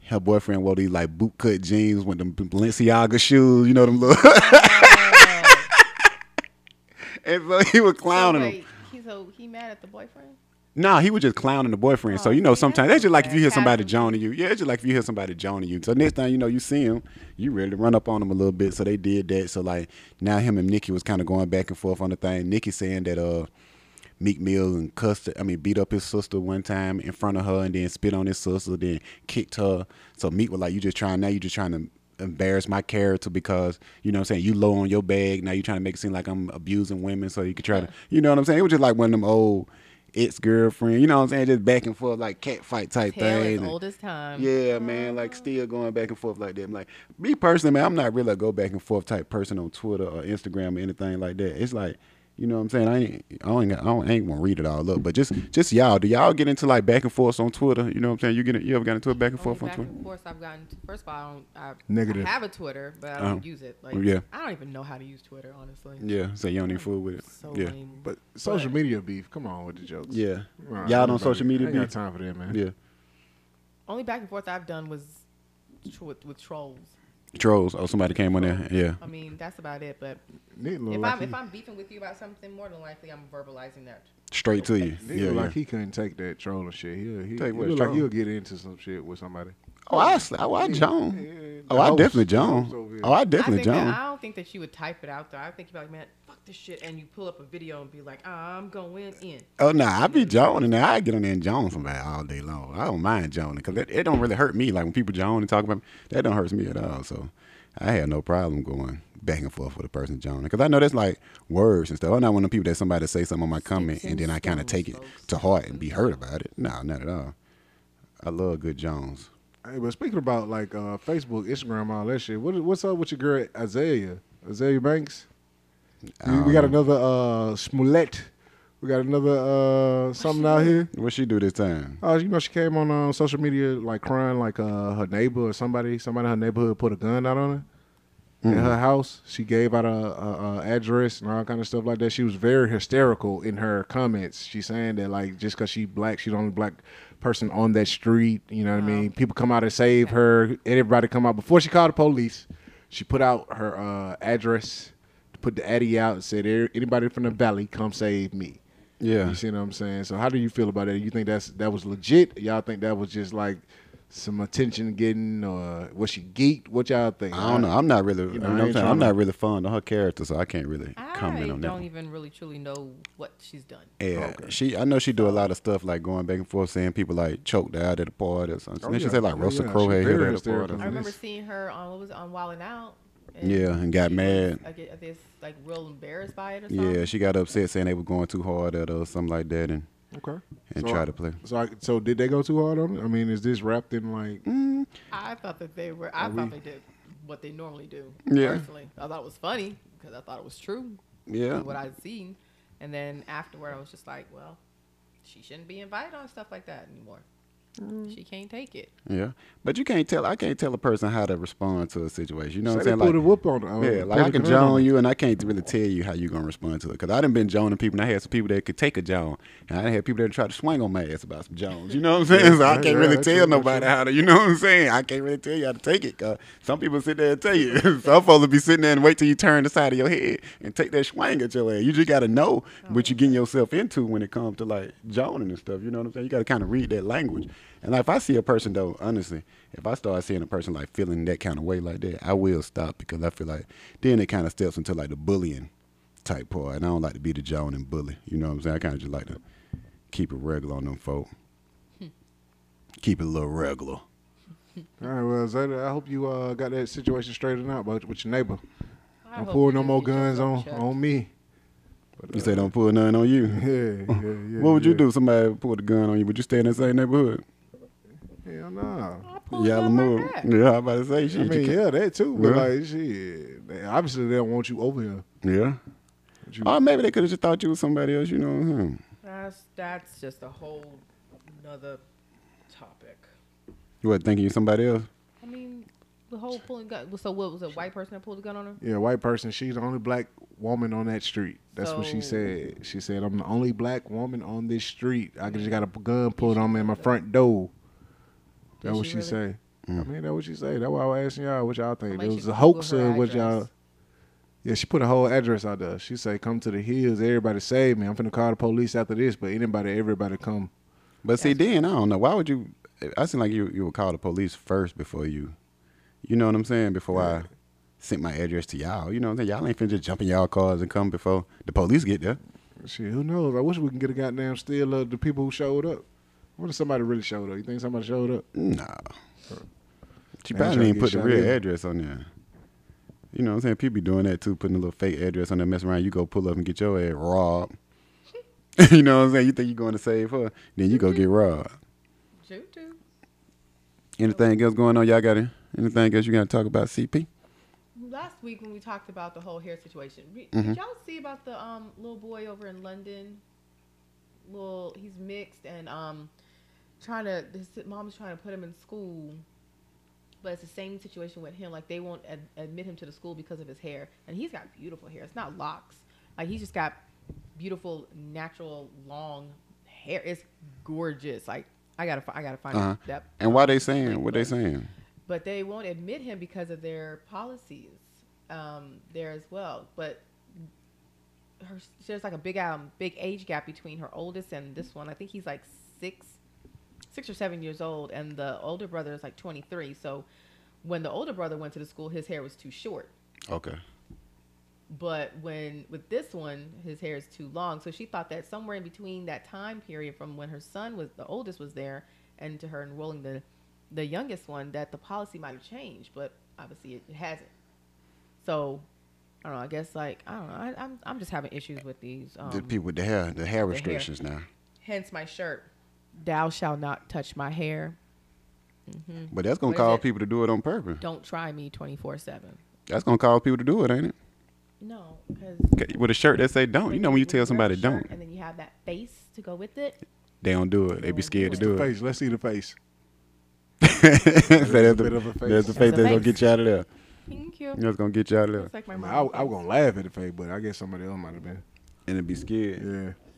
A: her boyfriend wore these like boot cut jeans with them Balenciaga shoes, you know them little. and so he was clowning
D: so
A: him.
D: wait, he so he mad at the boyfriend?
A: Nah, he was just clowning the boyfriend. so
D: Oh,
A: you know,
D: see,
A: sometimes
D: that's
A: that's just like if
D: okay.
A: you hear somebody
D: Casual.
A: joning you. Yeah, it's just like if you hear somebody joning you. So next time you know you see him, you really run up on him a little bit. So they did that. So like now him and Nikki was kind of going back and forth on the thing. Nikki saying that uh Meek Mill and cussed, I mean, beat up his sister one time in front of her and then spit on his sister, then kicked her. So Meek was like, You just trying, now you just trying to embarrass my character because, you know what I'm saying, you low on your bag. Now you trying to make it seem like I'm abusing women so you could try to, you know what I'm saying? It was just like one of them old ex girlfriend, you know what I'm saying? Just back and forth, like cat fight type
B: Hell,
A: thing.
B: as
A: And-
B: old as time.
A: yeah, man, like still going back and forth like that. Like me personally, man, I'm not really a go back and forth type person on Twitter or Instagram or anything like that. It's like, you know what I'm saying? I ain't, I don't, I don't, I ain't gonna read it all up, but just, just y'all, do y'all get into like back and forth on Twitter? You know what I'm saying? You get, you ever got into a back and
D: Only
A: forth
D: Oh,
A: on
D: back
A: Twitter?
D: and forth I've gotten. First of all, I, don't, I,
C: Negative.
D: I have a Twitter, but I don't
A: Uh-huh.
D: use it. Like,
A: Yeah.
D: I don't even know how to use Twitter, honestly.
A: Yeah, so you don't even fool with it.
D: So
A: yeah,
D: lame.
C: But social media beef. Come on with the jokes.
A: yeah,
C: Nah,
A: y'all on
C: ain't
A: social media?
C: about it. I ain't
A: beef?
C: got time for that, man.
A: Yeah,
B: Only back and forth I've done was tr- with, with trolls.
A: trolls. Oh, somebody came on there. Yeah,
B: I mean, that's about it. But
C: Nick look
D: If
C: like
D: I'm
C: he,
D: if I'm beefing with you about something, more than likely I'm verbalizing that.
A: straight to you.
C: Nick
A: Yeah,
C: look
A: yeah.
C: like he couldn't take that trolling shit. He'll, he,
A: Take
C: he
A: what
C: look like
A: troll?
C: he'll get into some shit with somebody.
A: Oh, I, sla- oh, I
C: Yeah,
A: Joan.
C: yeah,
A: Oh, I
C: the
A: definitely
C: host- the host over
A: Joan.
C: here.
A: Oh, I
D: I
A: definitely
D: think
A: Joan.
D: That, I don't think that you would type it out though. I think you'd be like, man, fuck this shit, and you pull up a video and be like, ah, I'm going in.
A: Oh no, I be joning and I get on there and joan somebody all day long. I don't mind joning because it, it don't really hurt me. Like when people joan and talk about me, that don't hurt me at all. So I had no problem going back and forth with a person joning because I know that's like words and stuff. I'm not one of the people that somebody say something on my comment and then I kind of take it to heart and be hurt about it. No, not at all. I love good Jones.
C: Hey, but speaking about like uh, Facebook, Instagram, all that shit, what, what's up with your girl Azalea? Azalea Banks? We- we got another uh, Smollett. We got another uh something out here.
A: What she do this time?
C: Oh, you know she came on uh, social media like crying like uh her neighbor or somebody somebody in her neighborhood put a gun out on her. In her house, she gave out a, a, a address and all kind of stuff like that. She was very hysterical in her comments. She's saying that like just because she black, she's the only black person on that street. You know what I mean? People come out and save her. Everybody come out before she called the police. She put out her uh, address, put the addy out, and said, "Any- "Anybody from the valley, come save me."
A: Yeah.
C: You see what I'm saying? So how do you feel about that? You think that's that was legit? Y'all think that was just like some attention getting or was she geeked? What y'all think?
A: I don't know. I'm not really.
C: You know,
A: I
C: I
A: am
C: ain't
A: saying, I'm
C: tryna-
A: not really fond of her character, so I can't really
B: I
A: comment on
B: don't
A: that. one.
B: even really truly know what she's done.
A: Yeah, she. I know she
C: Uh,
A: do a lot of stuff like going back and forth, saying people like choked her out at a party or something.
C: Oh,
A: then she
C: yeah.
A: said like
C: Oh,
A: Russell
C: yeah.
A: Crowe
C: She
A: had hit her
C: very
A: at a party.
C: hysterical.
B: I
C: And
B: remember
C: it's-
B: seeing her on what was it, on Wildin' Out.
A: Yeah, and got
B: she was,
A: mad.
B: I guess, I guess, like real embarrassed by it or something.
A: Yeah, she got upset saying they were going too hard at her or something like that, and
C: Okay.
A: and try to play.
C: So I, so did they go too hard on it? I mean, is this wrapped in like
A: Mm.
B: I thought that they were. I thought they did what they normally do.
A: Yeah.
B: Personally, I thought it was funny because I thought it was true.
A: Yeah.
B: from What I'd seen, and then afterward, I was just like, well, she shouldn't be invited on stuff like that anymore. She can't take it.
A: Yeah, but you can't tell. I can't tell a person how to respond to a situation. You know
C: say
A: what I'm
C: they
A: saying?
C: put
A: Like,
C: a whoop on? on
A: yeah, like I can
C: Pelican Hill on
A: joan
C: it?
A: you, and I can't really tell you how you gonna respond to it. Cause I done been joning people, and I had some people that could take a joan, and I had people that tried to swing on my ass about some jones. You know what I'm saying? so I
C: yeah,
A: can't
C: yeah,
A: really
C: that's
A: tell
C: true, that's
A: nobody
C: true.
A: how to. You know what I'm saying? I can't really tell you how to take it. Cause some people sit there and tell you. some folks will be sitting there and wait till you turn the side of your head and take that swing at your ass. You just gotta know what you're getting yourself into when it comes to like joning and stuff. You know what I'm saying? You gotta kind of read that language. And like, if I see a person though, honestly, if I start seeing a person like feeling that kind of way like that, I will stop because I feel like then it kind of steps into like the bullying type part. And I don't like to be the John and bully. You know what I'm saying? I kind of just like to keep it regular on them folk. Keep it a little regular.
C: All right, well, Zeta, I hope you uh, got that situation straightened out, but with your neighbor,
B: I
C: don't
B: hope
C: pull
B: you
C: no
B: do
C: more
B: get yourself
C: guns on
B: checked.
C: on me.
A: You say don't pull nothing on you.
C: Yeah, yeah, yeah.
A: what would you
C: yeah.
A: do if somebody pulled a gun on you? Would you stay in that same neighborhood?
C: Hell no.
B: I pulled
A: Yeah,
B: it up
A: move.
B: like that.
A: Yeah, I about to say
C: I
A: shit.
C: mean,
A: you
C: yeah, that too. But
A: Yeah.
C: like, shit, they- obviously they don't want you over here.
A: yeah. yeah.
C: But you-
A: Or maybe they could have just thought you was somebody else. You know hmm.
D: That's that's just a whole nother topic.
A: You were thinking you somebody else.
B: I mean, the whole pulling gun. So what was it? White person that pulled the gun on her?
C: Yeah, white person. She's the only black woman on that street. That's what she
B: So-
C: said. She said, "I'm the only black woman on this street. I just got a gun pulled on me in my front door." That
B: Did
C: what she,
B: she really?
C: say. I mean, that what she say. That why I was asking y'all what y'all think.
B: I'ma
C: It
B: let
C: was
B: you
C: a hoax
B: Google
C: or
B: her
C: what y'all?
B: address.
C: Yeah, she put a whole address out there. She say, "Come to the hills, everybody save me. I'm finna call the police after this, but anybody, everybody come."
A: But see, then I don't know. Why would you? I seem like you you would call the police first before you. You know what I'm saying? Before I sent my address to y'all. You know what I'm saying? Y'all ain't finna just jump in y'all cars and come before the police get there.
C: Shit, who knows? I wish we can get a goddamn steal of the people who showed up. What if somebody really showed up? You think somebody showed up?
A: Nah. She probably
C: Man, tryna
A: didn't
C: get
A: even put the
C: shot
A: real
C: either.
A: address on there. You know what I'm saying? People be doing that too, putting a little fake address on there, mess around. You go pull up and get your ass robbed. you know what I'm saying? You think you're going to save her, then you go get robbed.
B: Shoot, dude.
A: Anything else going on? Y'all got it? Anything else you got to talk about? CP?
B: Last week when we talked about the whole hair situation, we-
A: Mm-hmm.
B: did y'all see about the um little boy over in London? Little, he's mixed and um trying to his mom's trying to put him in school, but it's the same situation with him. Like they won't ad- admit him to the school because of his hair, and he's got beautiful hair. It's not locks. Like he's just got beautiful natural long hair. It's gorgeous. Like I gotta fi- I gotta find
A: Uh-huh.
B: that.
A: And why they
B: like,
A: saying? What they
B: but-
A: saying?
B: but they won't admit him because of their policies um, there as well. But her, there's like a big um, big age gap between her oldest and this one. I think he's like six, six or seven years old, and the older brother is like 23. So when the older brother went to the school, his hair was too short.
A: Okay.
B: But when with this one, his hair is too long. So she thought that somewhere in between that time period from when her son was the oldest was there and to her enrolling the the youngest one that the policy might have changed, but obviously it, it hasn't. So I don't know. I guess like I don't know. I, I'm I'm just having issues with these. Um,
A: the people with the hair, the hair restrictions
B: Hence my shirt. Thou shall not touch my hair.
A: now. But that's going to
B: Mm-hmm. What is
A: cause
B: it?
A: people to do it on purpose.
B: Don't try me twenty four seven.
A: That's going to cause people to do it, ain't it?
B: No, because
A: With a shirt that say "Don't," you know when you tell somebody "Don't,"
B: and then you have that face to go with it.
A: they don't do it. They be scared to do it.
C: Face. Let's see the face.
A: So That's
C: a bit of a
A: the
C: face.
A: that's the face
B: a
A: that's gonna
B: face.
A: get you out of there.
B: Thank you.
A: That's gonna get you out of there,
B: It's like my
C: I, mean,
B: mom.
C: I, I was gonna laugh at the face, but I guess somebody else might have been.
A: and it be scared.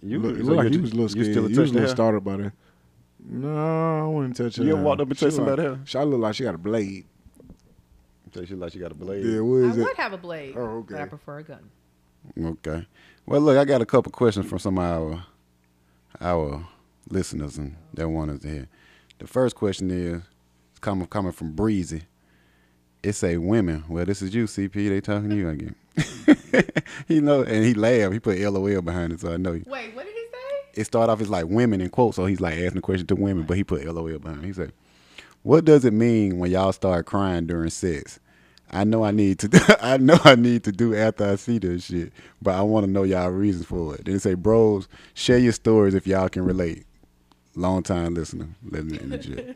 C: Yeah,
A: You-
C: look,
A: so
C: it looked like
A: you're
C: you was a little
A: just- you
C: scared. You,
A: still a
C: was a
A: touch the
C: little
A: hair?
C: startled by that. No, I wouldn't touch her.
A: You ever
C: hair.
A: walked up and
C: She
A: touched
C: look-
A: somebody hair?
C: She I look like she got a blade.
A: So she like she got a blade.
C: Yeah, what
B: I
C: is
B: would
C: it?
B: have a blade,
C: Oh,
B: but I
C: okay.
B: prefer a gun.
A: Okay. Well, look, I got a couple questions from some of our our listeners and that wanted to hear. The first question is it's coming coming from Breezy. It say women. Well, this is you, CP. They talking to you again. he know, and he laughed. He put LOL behind it, so I know you.
B: Wait, what did he say?
A: It started off as like women in quotes, so he's like asking the question to women, but he put LOL behind. It. He said, "What does it mean when y'all start crying during sex? I know I need to. I know I need to do after I see this shit, but I want to know y'all reasons for it." Then it say, "Bros, share your stories if y'all can relate." Long time listener, living in the gym.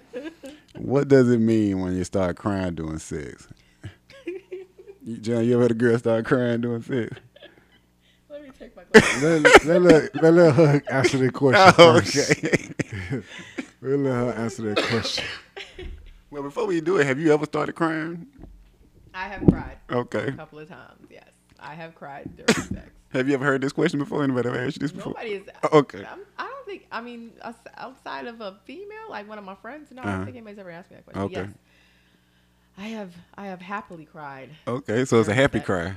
A: what does it mean when you start crying during sex? You- John, you ever had a girl start crying during sex?
B: Let me take my glasses.
C: Let, let, let, let, let her answer that question
A: Oh,
C: first. We'll let her answer that question.
A: Well, before we do it, have you ever started crying?
B: I have cried
A: Okay.
B: a couple of times. Yes, I have cried during sex.
A: Have you ever heard this question before? Anybody ever asked you this before?
B: Nobody is.
A: Oh, okay.
B: I'm, I don't think. I mean, us- outside of a female, like one of my friends, no, I
A: Uh-huh.
B: don't think anybody's ever asked me that question.
A: Okay.
B: Yes, I have. I have happily cried.
A: Okay, so it's a happy cry.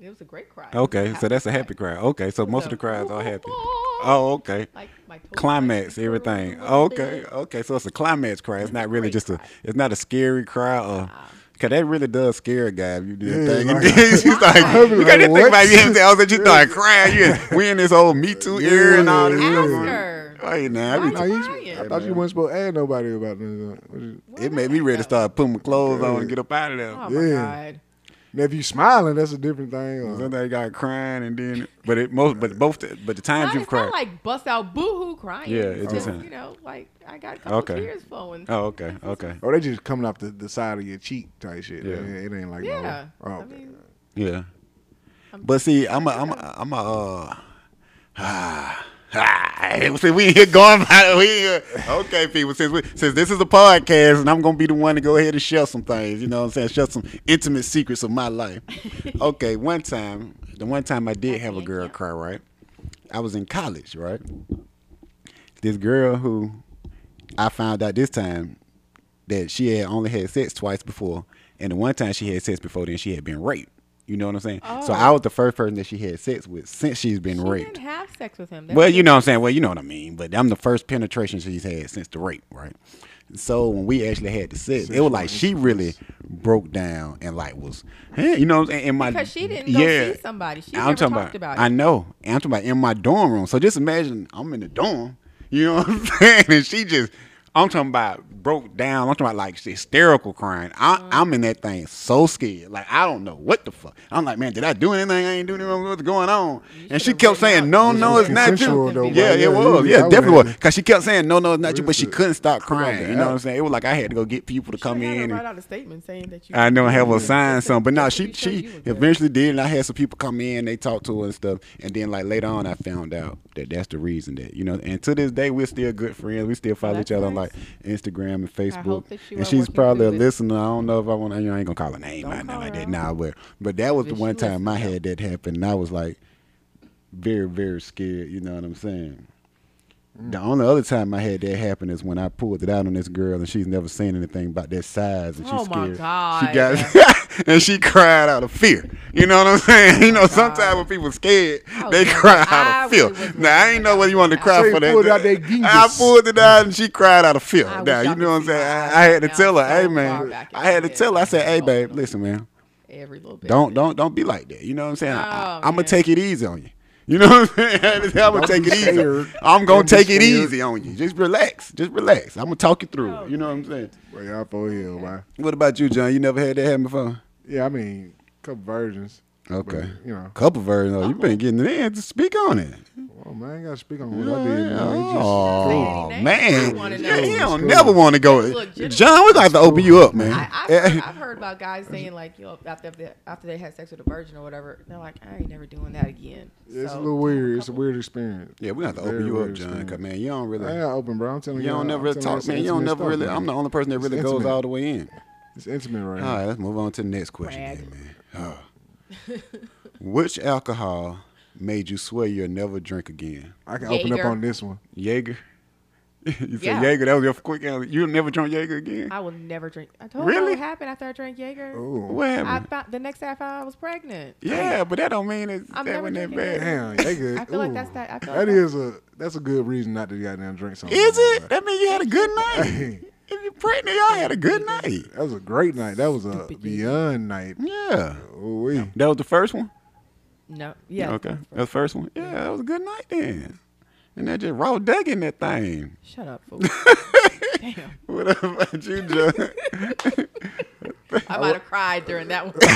B: It was a great cry. It was
A: Okay, so that's a happy cry. Okay, so most of the cries are happy. Oh, okay.
B: Like my toe-
A: Climax,
B: like,
A: everything. Okay, okay. So it's a climax cry. It's not really just a. It's not a scary cry or. Cause that really does scare a guy if you do that
C: Yeah,
A: thing.
C: like-
A: She's like,
C: I'd be
A: you
C: like,
A: got to think
C: what?
A: about you. haven't said- I said you start crying. You in- we in this old Me Too era and all this.
C: Yeah.
A: stuff.
B: Ask her.
A: Hey, now I be
B: Why
A: like,
B: you
C: you- I thought you weren't supposed to add nobody about nothing.
A: it made me ready to start putting my clothes on and get up out of there.
B: Oh
C: Yeah.
B: my god.
C: Now, if you smiling, that's a different thing. uh,
A: Sometimes you got crying and then, but it most, but both, the- but the times
B: Not,
A: you've
B: it's
A: cried.
B: not like bust out boohoo crying.
A: Yeah, it
B: it's
A: just
B: just
A: happened.
B: you know like I got a couple
A: Okay.
B: tears flowing.
A: oh, okay, okay,
C: Or they just coming off the, the side of your cheek type shit.
A: Yeah.
C: Yeah. It ain't like
B: Yeah,
C: no. Oh,
B: I
C: okay.
B: mean,
A: yeah. But see, I'm a, I'm a, I'm a. Uh, ah, ah, see, we ain't here going by the here. Okay, people, since we, since this is a podcast and I'm gonna be the one to go ahead and share some things, you know what I'm saying? Share some intimate secrets of my life. okay, one time, the one time I did have a girl cry, right? I was in college, right? This girl who I found out this time that she had only had sex twice before, and the one time she had sex before then she had been raped. You know what I'm saying? So I was the first person that she had sex with since she's been
B: Oh. she
A: raped.
B: didn't have sex with him. That's
A: Well, you know what I'm saying. Well, you know what I mean. But I'm the first penetration she's had since the rape, right? So when we actually had the sex, it was like she really broke down and like was, eh, you know, what I'm saying. In my
B: Because she didn't go see somebody. She never talked about it.
A: I know. And I'm talking about in my dorm room. So just imagine I'm in the dorm. You know what I'm saying? And she just, I'm talking about broke down. I'm talking about like hysterical crying. I,
B: Mm-hmm.
A: I'm in that thing so scared. Like I don't know what the fuck. I'm like, man, did I do anything? I ain't doing anything. What's going on? And she
B: should've
A: kept
B: written
A: saying, no,
B: out- This
A: no,
B: was
A: it's not you.
B: consensual though,
A: yeah,
C: right?
A: it
C: Yeah,
A: was.
C: usually
A: Yeah,
C: I would
A: definitely
C: have
A: was.
C: to-
A: Cause she kept saying, no, no, it's not you. But she
C: Listen.
A: couldn't stop
C: on
A: crying. You know
C: now.
A: what I'm saying? It was like I had to go get people to come in.
B: She
A: and-
B: write out a statement saying that you.
A: I know have her
B: Just to-
A: sign
B: just to-
A: something, but no,
B: just to
A: she
B: be sure
A: she
B: you was good.
A: eventually did, and I had some people come in, they talked to her and stuff, and then like later on, I found out that that's the reason that you know, and to this day, we're still good friends. We still follow
B: That's
A: each other on
B: nice.
A: like Instagram and Facebook,
B: hope that you
A: and
B: are
A: she's
B: working
A: probably a
B: through it.
A: listener. I don't know if I want to, you know, I ain't gonna call her name
B: Don't
A: right now
B: call
A: like
B: her
A: that.
B: out.
A: Nah, but but that was the
B: But
A: one
B: she
A: time I
B: listening,
A: had that happen, and I was like very very scared. You know what I'm saying? The only other time I had that happen is when I pulled it out on this girl and she's never seen anything about that size and she's
B: Oh, my
A: scared.
B: God.
A: She got and she cried out of fear. You know what I'm saying? You know, sometimes when people scared,
B: I
A: they
B: was
A: cry
B: like,
A: out of
B: Oh, I
A: fear.
B: really was
A: now I ain't know whether you wanted to cry
C: So you
A: for
C: pulled out
A: that.
C: that gingus.
A: I pulled it out and she cried out of fear.
B: I wish
A: Now you
B: y'all
A: know what I'm
B: could see
A: saying?
B: my eyes
A: I, I had to
B: now.
A: tell her,
B: So
A: hey
B: far
A: man,
B: back in
A: I had to
B: my
A: tell her. I said,
B: head.
A: hey
B: Oh,
A: babe,
B: no.
A: listen man,
B: every little bit.
A: don't don't don't be like that. You know what I'm saying? I,
B: Oh,
A: am gonna
B: man.
A: take it easy on you. You know what I'm saying? I'm gonna take
C: be
A: it easy.
C: scared.
A: I'm gonna
C: Don't be
A: take it
C: scared.
A: easy on you. Just relax. Just relax. I'm gonna talk you through
B: Oh,
A: it. You know what I'm saying?
C: Way out for hell, man.
A: What about you, John? You never had that happen before?
C: Yeah, I mean, couple versions.
A: Okay.
C: you know.
A: Couple versions. Oh, you been getting it in. Just speak on it.
C: Oh man, I gotta speak on what
A: Yeah,
C: I did.
A: yeah.
C: Man. You just-
A: Oh,
B: Say any names.
A: man.
B: I wanna
A: Yeah,
B: know.
A: you don't
C: Let's go.
A: never want to go.
B: Look, just-
A: John, we're going to have to open you up, man.
B: I, I've, heard, I've heard about guys saying like, yo, after they, after they had sex with a virgin or whatever, they're like, I ain't never doing that again.
C: It's
B: So,
C: a little weird. It's a weird experience.
A: yeah, we're going to have to
C: Very
A: open you up,
C: weird
A: John,
C: experience.
A: because, man, you don't really.
C: I got open, bro. I'm telling
A: You
C: you.
A: don't
C: I'm
A: never really
C: telling
A: talk, man. You don't
C: it's
A: never
C: intimate
A: really.
C: stuff,
A: I'm the
C: man.
A: only person that really
C: It's
A: goes
C: intimate.
A: all the way in.
C: It's intimate right
A: All
C: now.
A: right, let's move on to the next question,
E: Brag.
A: then, man. Oh. Which alcohol made you swear you'll never drink again?
C: I can open up
B: Jaeger.
C: on this one.
A: Jaeger. you said
B: Yeah.
A: Jaeger. That was your quick answer. You'll never drink Jaeger again.
B: I will never drink. I told you
A: Really?
B: what happened after I drank Jaeger.
C: Oh
A: what
B: I
A: happened?
B: found, the next day I found I was pregnant.
A: yeah, but that don't mean it's,
B: I'm
A: that
B: never
A: wasn't that
B: drinking
A: bad.
B: Jaeger.
C: damn, Jaeger.
B: I feel like that's
C: ooh.
B: that- I feel like
C: that is a that's a good reason not to goddamn drink something.
A: Is
C: like
A: it?
C: That.
A: That mean you had a good night. if you're pregnant, y'all had a good night.
C: That was a great night. That was a
B: Stupid Jaeger.
C: beyond night.
A: Mm. Yeah.
C: Oh wee.
A: That was the first one?
B: No. Yeah.
A: Okay. That was the first one? Yeah, that was a good night then. And that just raw dugging that thing.
B: Shut up, fool. Damn.
A: What about you, John?
B: I might have cried during that one.
A: So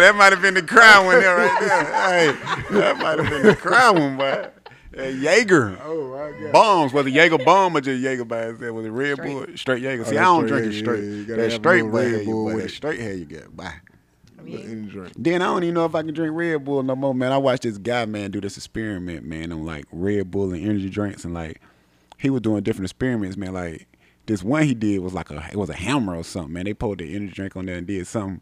A: that might have been the cry one there right there. Hey, that might have been the cry one, boy. That Jaeger.
C: Oh my god.
A: Bombs. Was it Jaeger bomb or just Jaeger by itself? Was it Red Bull? Straight Jaeger. See, I
C: that's
A: don't
C: Oh, straight,
A: drink it
C: yeah,
A: straight.
C: yeah, you gotta
A: that
C: have a
A: straight
C: little
A: Red
C: Red
A: hair you-
C: Bull
A: boy,
C: with
A: that
C: it.
A: straight hair you got. Bye.
C: But any drink.
A: Then I don't even know if I can drink Red Bull no more, man. I watched this guy, man, do this experiment, man, on like Red Bull and energy drinks, and like he was doing different experiments, man. Like this one he did was like a it was a hammer or something, man. They poured the energy drink on there and did something,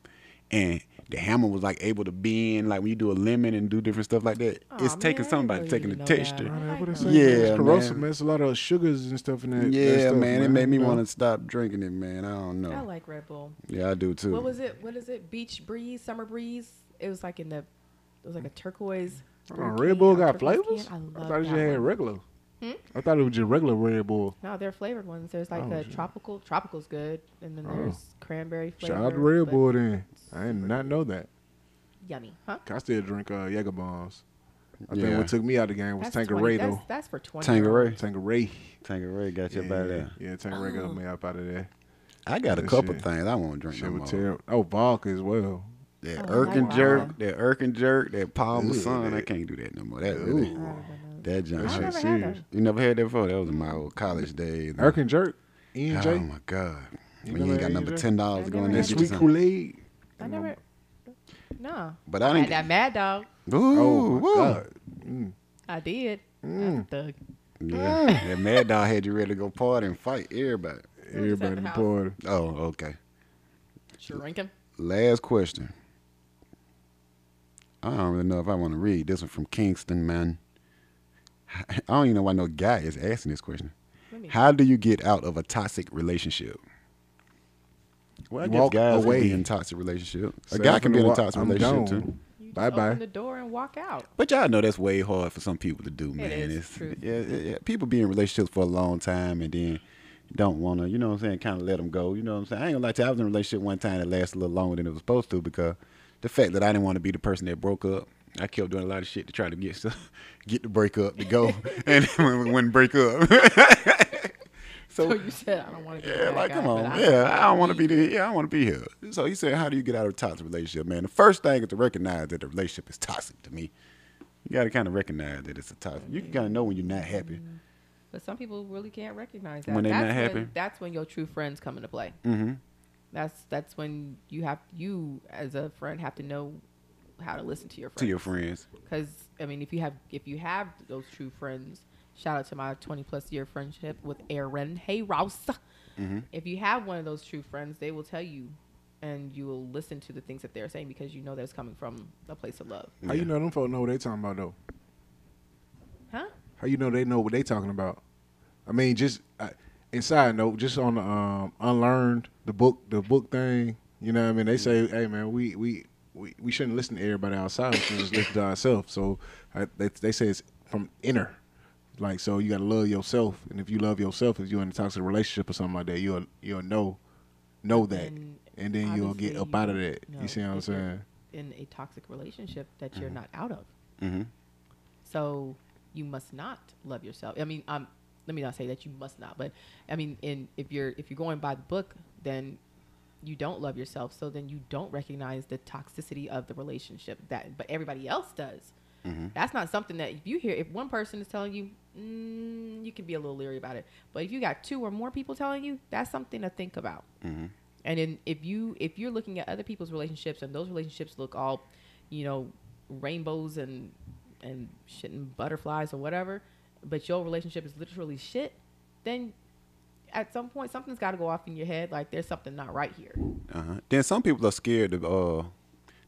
A: and the hammer was like able to bend, like when you do a lemon and do different stuff like that. it's
B: Aw,
A: taking
B: man,
A: something
B: I didn't
A: about
B: know you
A: taking the
B: know that.
A: texture.
B: I
C: Man,
B: like
C: what it
B: that.
C: say?
A: Yeah,
C: it's corrosive,
A: man.
C: man. It's a lot of sugars and stuff in that. that
A: Yeah,
C: stuff,
A: man, it made me
C: you know?
A: want to stop drinking it, man. I don't know.
B: I like Red Bull.
A: yeah, I do too.
B: What was it? What is it? Beach breeze, summer breeze. It was like in the. It was like a turquoise.
C: Oh,
B: brew
C: Red
B: can
C: Bull
B: or
C: got
B: turquoise can.
C: flavors.
B: I love
C: thought it
B: that
C: just had
B: one.
C: regular.
B: Hmm?
C: I thought it was just regular Red Bull.
B: No, they're flavored ones. There's like
C: Oh,
B: the
C: shit. Oh.
B: tropical. Tropical's good, and then there's cranberry flavor.
C: Shout out to Red
B: but
C: Bull then. I did not know that.
B: Yummy, huh?
C: 'Cause I still drink uh, Jager bombs. I
A: Yeah.
C: think what took me out of the game was
B: 20
C: Tanqueray
B: that's,
C: though.
B: that's for twenty.
A: Tangeray?
C: Tanqueray.
A: Tangeray got
C: Yeah,
A: your body there.
C: yeah, Tanqueray got me up out of there.
A: I got a
C: That
A: couple
C: shit-
A: things I won't drink
C: Shit
A: no
C: was
A: more.
C: terrible. Oh, vodka as well.
A: That
B: Oh,
A: irk and
B: wow.
A: jerk, that irk and jerk, that
C: Ew,
A: palm sun. I
C: that-
A: can't do that no more. That really,
C: Ooh.
A: that junk
B: I've
A: shit.
B: never
C: shit's
B: had
C: serious.
B: that.
A: You never had that before? That was in my old college days.
C: Irk and Jerk. E and
A: Oh
C: J.
A: my god!
C: You
A: When you ain't
C: never
A: got
C: had
A: number
C: either?
A: ten dollars
B: I
A: going there,
B: never had
C: And
A: get you
C: sweet
A: some.
C: Kool Aid.
B: I never. No.
A: But I
B: had
A: didn't.
B: that Mad Dog.
A: Ooh,
C: Oh my
A: woo.
C: god.
B: I did. I'm a
C: Mm.
B: thug.
A: Yeah, that mad dog had you ready to go party and fight everybody.
C: Everybody
B: the
C: in the
B: house.
C: party.
A: Oh, okay.
B: Shrinking.
A: Last question. I don't really know if I want to read this one from Kingston, man. I don't even know why no guy is asking this question.
B: Let me-
A: How do you get out of a toxic relationship? Well, I guess
C: Walk
A: guys can
C: away.
A: be in toxic relationship. A
C: Say
A: guy
C: I'm
A: can be in
C: finna
A: a
C: wa-
A: toxic
C: I'm
A: relationship
C: gone.
A: too.
B: You just
C: Bye
B: Open the
C: bye.
B: door and walk out.
A: But y'all know that's way hard for some people to do, man.
B: is
A: it's
B: true.
A: Yeah, yeah, yeah. people be in relationships for a long time and then don't want to, you know what I'm saying, kind of let them go. You know what I'm saying? I ain't gonna lie to you. I was in a relationship one time that lasted a little longer than it was supposed to because the fact that I didn't want to be the person that broke up. I kept doing a lot of shit to try to get stuff, get the break up to go, and it wouldn't break up.
B: So you said I don't want to be.
A: Yeah,
B: that
A: like
B: guy,
A: come
B: but
A: on,
B: I-
A: yeah, I don't want to be the, yeah, I want to be here. So he said, how do you get out of a toxic relationship, man? The first thing is to recognize that the relationship is toxic to me. You got to kind of recognize that it's a toxic. You got to know when you're not happy.
B: But some people really can't recognize that.
A: When they
B: that's
A: not happy.
B: When, that's when your true friends come into play.
A: Mhm.
B: That's that's when you have you as a friend have to know how to listen to your friends.
A: To your friends,
B: Because I mean, if you have if you have those true friends, shout out to my 20 plus year friendship with Aaron. Hey, Rouse.
A: Mm-hmm.
B: If you have one of those true friends, they will tell you, and you will listen to the things that they're saying because you know that's coming from a place of love.
C: How you know them folk know what they talking about though?
B: Huh?
C: How you know they know what they talking about? I mean, just I, and side note, just on the um, unlearned the book the book thing. You know, what I mean, they say, hey man, we we we, we shouldn't listen to everybody outside. We should just listen to ourselves. So I, they they say it's from inner. Like so, you gotta love yourself, and if you love yourself, if you're in a toxic relationship or something like that, you'll you'll know know that,
B: And
C: and then you'll
B: obviously
C: get up
B: you
C: out of
B: don't
C: that.
B: know
C: You see what I'm
B: if you're
C: saying? Mm-hmm.
B: In a toxic relationship that you're not out of. So you must not love yourself. I mean, um, let me not say that you must not, but I mean, in if you're if you're going by the book, then you don't love yourself so then you don't recognize the toxicity of the relationship that but everybody else does
C: Mm-hmm.
B: that's not something that if you hear if one person is telling you mm, you can be a little leery about it but if you got two or more people telling you that's something to think about
C: Mm-hmm.
B: and then if you if you're looking at other people's relationships and those relationships look all you know rainbows and and shit and butterflies or whatever but your relationship is literally shit then at some point something's got to go off in your head like there's something not right here
A: Uh-huh. Then some people are scared to uh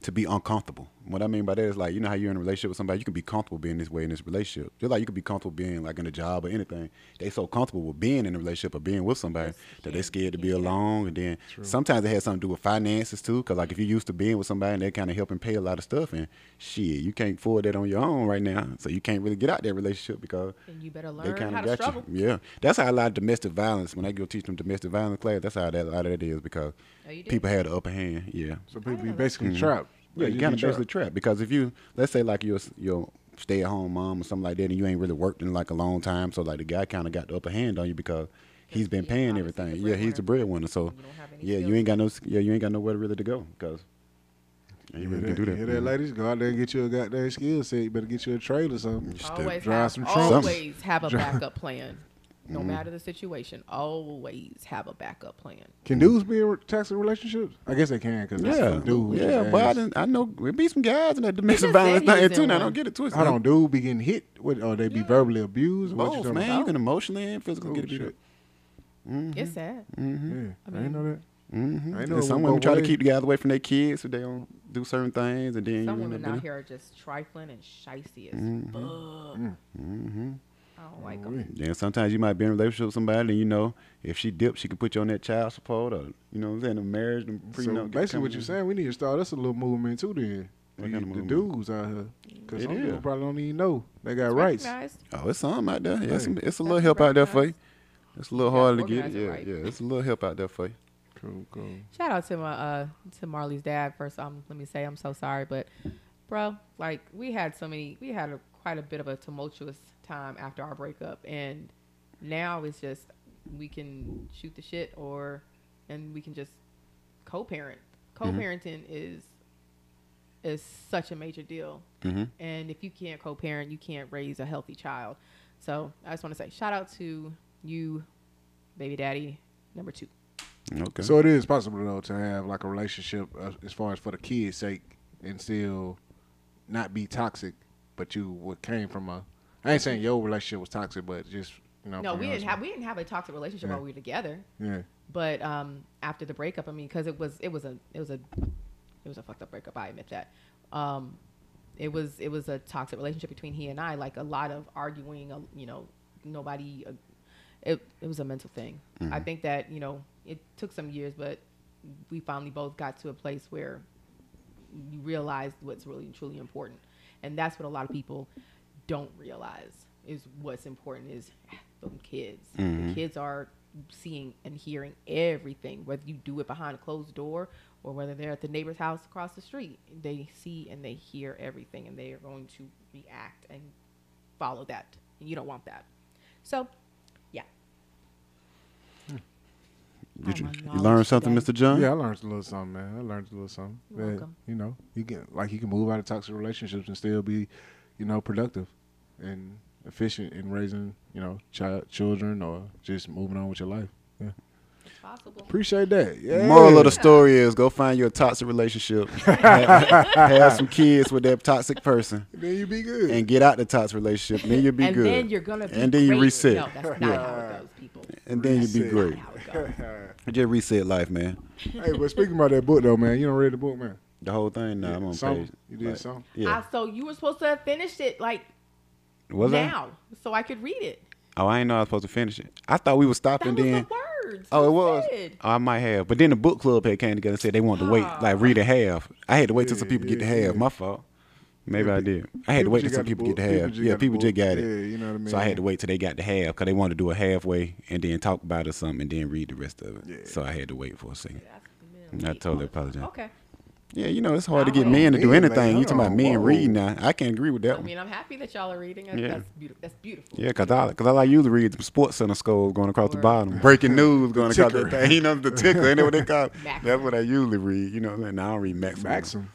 A: to be uncomfortable. What I mean by that is like you know how you're in a relationship with somebody, you can be comfortable being this way in this relationship. Just like you can be comfortable being like in a job or anything. They so comfortable with being in a relationship or being with somebody that they scared to be alone. And then sometimes it has something to do with finances too, because like if you're used to being with somebody and they're kind of helping pay a lot of stuff, and shit, you can't afford that on your own right now, so you can't really get out that relationship because
B: and you better
A: they
B: learn
A: kind
B: how
A: of
B: to
A: got
B: struggle
A: you. Yeah, that's how a lot of domestic violence. When I go teach them domestic violence class, that's how that a lot of that is because
B: Oh, you did?
A: people had the upper hand. Yeah,
C: So people be
B: know that.
C: basically trapped.
A: Mm-hmm. yeah,
C: They
A: you kind
C: just be
A: of
C: trapped.
A: basically trapped because if you let's say like you're your stay at home mom or something like that, and you ain't really worked in like a long time, so like the guy kind of got the upper hand on you because he's been
B: he
A: paying
B: obviously
A: everything.
B: the
A: Yeah, he's the breadwinner. So
B: You don't have any
A: yeah, you
B: skills.
A: ain't got no yeah, you ain't got nowhere really to go because you really
C: Hear
A: can
C: that,
A: do that.
C: hear that, ladies? Go out there and get you a goddamn skill set. You better get you a trade or something.
A: Stupid.
B: always
C: Drive
B: have,
C: some trunks.
B: always have a backup plan no
A: Mm-hmm.
B: matter the situation always have a backup plan
C: Can dudes be in toxic relationships? I guess they can because
A: Yeah,
C: yeah, dudes.
A: yeah,
C: just
A: but I,
C: ass.
A: didn't, I know it be some guys in that domestic
B: just said
A: violence
B: he was
A: thing
B: in
A: too. Now
B: one.
A: don't get it twisted.
C: Hold on, dude be getting hit with, or they be verbally abused. What you
A: Both,
C: talking
A: man. You
C: about?
A: can emotionally and physically
C: Oh,
A: get beat
C: shit.
A: up.
B: it's sad
C: Yeah, I ain't know that.
A: Mm-hmm.
C: I know
A: and
C: it
A: some
C: wouldn't
A: women
C: go
A: try to
C: away.
A: keep the guys away from their kids so they don't do certain things, and then
B: some
A: you end
B: women
A: up
B: out
A: doing-
B: here are just trifling and shisty as fuck i don't like 'em.
A: Then sometimes you might be in a relationship with somebody, and you know if she dips, she can put you on that child support, or you know, what I'm saying the marriage. And
C: So basically, what you're saying, we need to start us a little movement too. Then
A: What
C: the,
A: kind of
C: the
A: movement?
C: dudes out here, because
A: It
C: some
A: is.
C: people probably don't even know they got
B: It's
C: rights.
B: recognized.
A: Oh, it's some out there. Yeah, it's,
C: Hey.
A: it's a little help out there for you. It's a little
B: Yeah,
A: harder to get.
B: organize it
A: Yeah,
B: right.
A: yeah, it's a little help out there for you.
C: Cool, cool.
B: Shout out to my uh to Marley's dad first. Um, let me say I'm so sorry, but bro, like we had so many, we had a, quite a bit of a tumultuous time after our breakup, and now it's just we can shoot the shit or and we can just co-parent. Co-parenting is is such a major deal,
A: Mhm.
B: and if you can't co-parent, you can't raise a healthy child. So I just want to say shout out to you, baby daddy number two.
A: Okay.
C: So it is possible though to have like a relationship uh, as far as for the kids' sake and still not be toxic, but you what came from a. I ain't saying your relationship was toxic, but just you know.
B: No,
C: from
B: we
C: yours,
B: didn't have we didn't have a toxic relationship
C: Yeah.
B: while we were together.
C: Yeah,
B: But um, after the breakup, I mean, because it was it was a it was a it was a fucked up breakup. I admit that. Um, it was it was a toxic relationship between he and I. Like a lot of arguing. uh, You know, nobody. Uh, it it was a mental thing. I think that you know it took some years, but we finally both got to a place where you realize what's really and truly important and that's what a lot of people don't realize is what's important is the kids
A: Mm-hmm.
B: the kids are seeing and hearing everything whether you do it behind a closed door or whether they're at the neighbor's house across the street they see and they hear everything and they are going to react and follow that and you don't want that so yeah
A: Did you,
B: Oh my
A: you
B: knowledge
A: learn something,
B: today.
A: Mr. John?
C: yeah. I learned a little something, man. I learned a little something.
B: You're
C: that,
B: welcome.
C: You know, you can like you can move out of toxic relationships and still be, you know, productive and efficient in raising you know child children or just moving on with your life. Yeah,
B: it's possible
C: appreciate that. Yeah.
A: Moral of the story is go find you a toxic relationship, have, have some kids with that toxic person,
C: Then you be good.
A: and get out the toxic relationship. Then you'll be
B: and
A: good,
B: then you're gonna be
A: and then you
B: great.
A: reset,
B: no that's not how it goes people
A: and then you be
C: Reset.
A: great.
B: how it goes
A: Just reset life, man.
C: hey, but speaking about that book though, man, you don't read the book, man.
A: The whole thing. Nah, I'm on
C: Some-
A: page.
C: You did
A: like,
C: some.
A: Yeah.
B: I, so you were supposed to have finished it like
A: was
B: now, so I could read it.
A: I? Oh, I didn't know I was supposed to finish it. I thought we would stop
B: That
A: and
B: was
A: then.
B: the words.
A: Oh, it
B: you
A: was.
B: said.
A: Oh, I might have, but then the book club had came together and said they wanted to wait,
B: Ah.
A: like read a half. I had to wait till some
C: Yeah,
A: people get to
C: yeah,
A: half.
C: yeah.
A: My fault. Maybe I did. I had to wait till
C: just
A: some
C: got the
A: people get to
C: book. People
A: half.
C: just
A: Yeah,
C: got the
A: people just
C: book.
A: got it.
C: Yeah, you know what I
A: So I had
C: mean?
A: to wait till they got to half because they wanted to do a halfway and then talk about it some and then read the rest of it.
C: Yeah.
A: So I had to wait for a second.
B: That's
A: I totally apologize.
B: Okay.
A: Yeah, you know it's hard to
B: I
A: get
B: don't
A: men to do
C: mean,
A: anything.
C: Oh, man,
A: you talking about
C: hold on,
A: men
C: whoa.
A: reading now? I can't agree with that
B: I
A: one.
B: mean, I'm happy that y'all are reading. That's,
A: Yeah.
B: that's beautiful. That's beautiful.
A: Yeah, cause I cause I like usually read the sports center scroll going across the
B: Or-
A: bottom, breaking news going across the
C: ticker.
A: thing. You know the ticker, ain't that what they call? it?
B: Maxim.
A: That's what I usually read. You know, what I'm saying? now I don't read Maxim.
C: Maxim.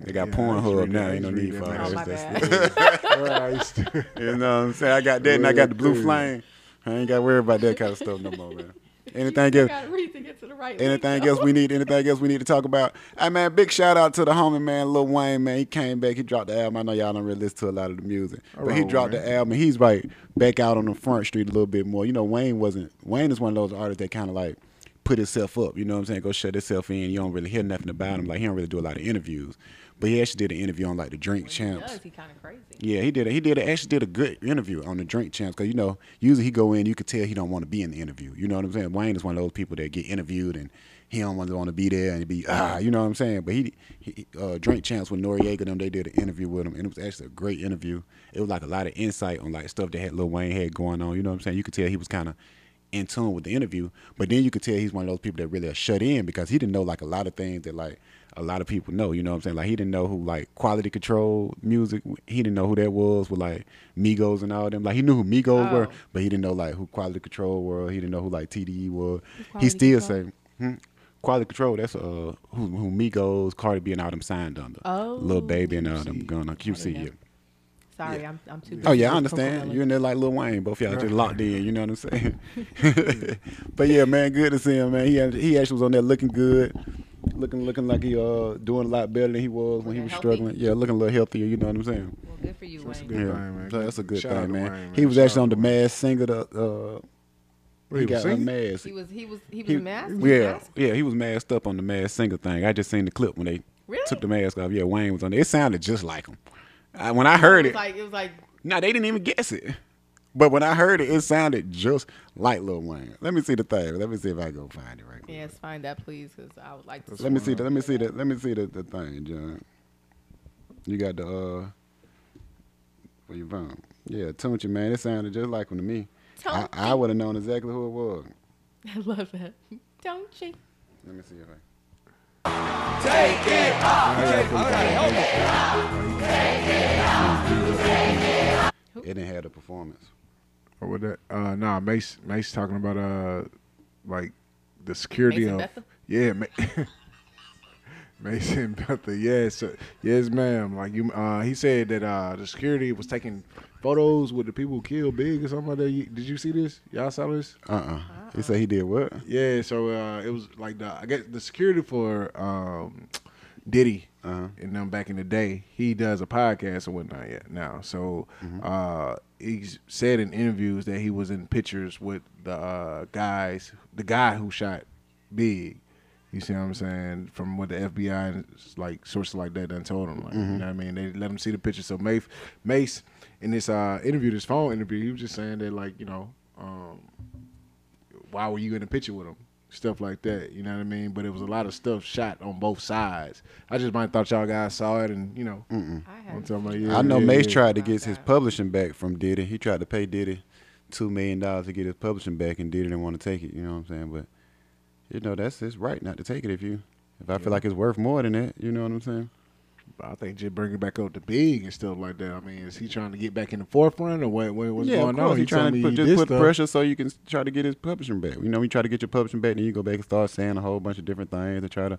A: They got
C: Yeah, I used to
A: Pornhub
C: read that.
A: now.
C: I
A: Ain't no
C: used to read
A: need for
C: that.
A: all
B: Oh, my
A: that. That's-
B: bad.
C: Yeah, I used to-
A: You know what I'm saying? I got that and I got the blue
C: Real
A: flame. I ain't got to worry about that kind of stuff no more, man. Anything
B: You
A: else?
B: gotta read to get to the right. Oh, link,
A: Anything
B: though.
A: else we need? Anything else we need to talk about? Hey man, big shout out to the homie man, Lil Wayne man. He came back. He dropped the album. I know y'all don't really listen to a lot of the music, but he
C: right,
A: dropped
C: Wayne.
A: the album. He's like back out on the front street a little bit more. You know, Wayne wasn't. Wayne is one of those artists that kind of like put himself up. You know what I'm saying? Go shut himself in. You don't really hear nothing about him. Like he don't really do a lot of interviews. But he actually did an interview on like the Drink Champs.
B: Does he kind of crazy?
A: Yeah, he did. A, he did. A, actually, did a good interview on the Drink Champs because you know usually he go in, you could tell he don't want to be in the interview. You know what I'm saying? Wayne is one of those people that get interviewed and he don't want to want to be there and be ah, you know what I'm saying? But he, he uh, Drink Champs with Noriega them, they did an interview with him and it was actually a great interview. It was like a lot of insight on like stuff that had Lil Wayne had going on. You know what I'm saying? You could tell he was kind of in tune with the interview, but then you could tell he's one of those people that really are shut in because he didn't know like a lot of things that like a lot of people know. You know what I'm saying? Like he didn't know who like quality control music. He didn't know who that was with like Migos and all them. Like he knew who Migos
B: Oh.
A: were, but he didn't know like who quality control were. He didn't know who like TDE was. He
B: Quality
A: still
B: Control?
A: say hmm, quality control. That's uh who, who Migos, Cardi B, and all them signed under.
B: Oh.
A: Lil Baby and all them going on QC.
B: know.
A: Yeah.
B: Sorry, I'm I'm too.
A: Oh
B: busy
A: yeah, I
B: with
A: understand.
B: Coco
A: You're in there like Lil Wayne. Both y'all just locked in. You know what I'm saying? but yeah, man, good to see him, man. He had- he actually was on there looking good, looking looking like he uh doing a lot better than he was when he
B: Looking
A: was
B: healthy.
A: struggling. Yeah, looking a little healthier. You know what I'm saying?
B: Well, good for you,
C: That's a
B: Wayne.
C: good
A: yeah,
C: thing, man.
A: So that's a good
C: Shout out
A: thing,
C: to
A: man.
C: Wayne,
A: He was
C: Shout
A: actually
C: out
A: on the
C: to Wayne.
A: Mad Singer. The, uh,
C: Wait,
A: he
C: was
A: got
C: singing?
A: unmasked.
B: He was he was he was
A: He-
B: a mask.
A: Yeah, yeah, he was masked up on the Mad Singer thing. I just seen the clip when they
B: Really?
A: took the mask off. Yeah, Wayne was on there. It sounded just like him. I, when I heard
B: It
A: it,
B: was like it was like
A: no, they didn't even guess it. But when I heard it, it sounded just like Lil Wayne. Let me see the thing. Let me see if I can go find it right quick.
B: yes. Find that please, because I would like to.
A: Let me see the let me see the let me see the, the thing, John. You got the uh for your phone. Yeah, Tunchi, man, it sounded just like him to me. I, I would have known exactly who it was.
B: I love that. Don't you?
A: Let me see if I Take it off. It didn't have the performance.
C: Or with that? Uh, nah, Mace. Mace talking about uh, like the security
B: Mason
C: of
B: Bethel?
C: yeah, Ma- Mason Bethel. Yes, uh, yes, ma'am. Like you, uh, he said that uh, the security was taking photos with the people who killed Big or something like that. You, did you see this? Y'all saw this?
A: Uh-uh. He said he did what?
C: Yeah, so uh, it was like the I guess the security for um, Diddy and them back in the day. He does a podcast and whatnot yet now. So uh, he said in interviews that he was in pictures with the uh, guys, the guy who shot Big. You see what I'm saying? From what the FBI and like sources like that done told him, like you know what I mean? They let him see the picture. So Mace, Mace, in this uh, interview, this phone interview, he was just saying that like you know. Um, why were you in the picture with him? Stuff like that, you know what I mean? But it was a lot of stuff shot on both sides. I just might have thought y'all guys saw it, and you know,
B: I
C: I'm
B: have.
C: talking about, yeah,
A: I know
C: yeah,
A: Mace
C: yeah.
A: tried to get his publishing back from Diddy. He tried to pay Diddy two million dollars to get his publishing back, and Diddy didn't want to take it. You know what I'm saying? But you know that's his right not to take it if you if I feel like it's worth more than that. You know what I'm saying?
C: But I think just bringing back up the big and stuff like that. I mean, is he trying to get back in the forefront or what? what what's
A: yeah,
C: going
A: of course.
C: on?
A: He trying
C: told
A: to
C: me
A: put,
C: did
A: just put
C: stuff.
A: pressure so you can s- try to get his publishing back. You know, you try to get your publishing back, then you go back and start saying a whole bunch of different things and try to,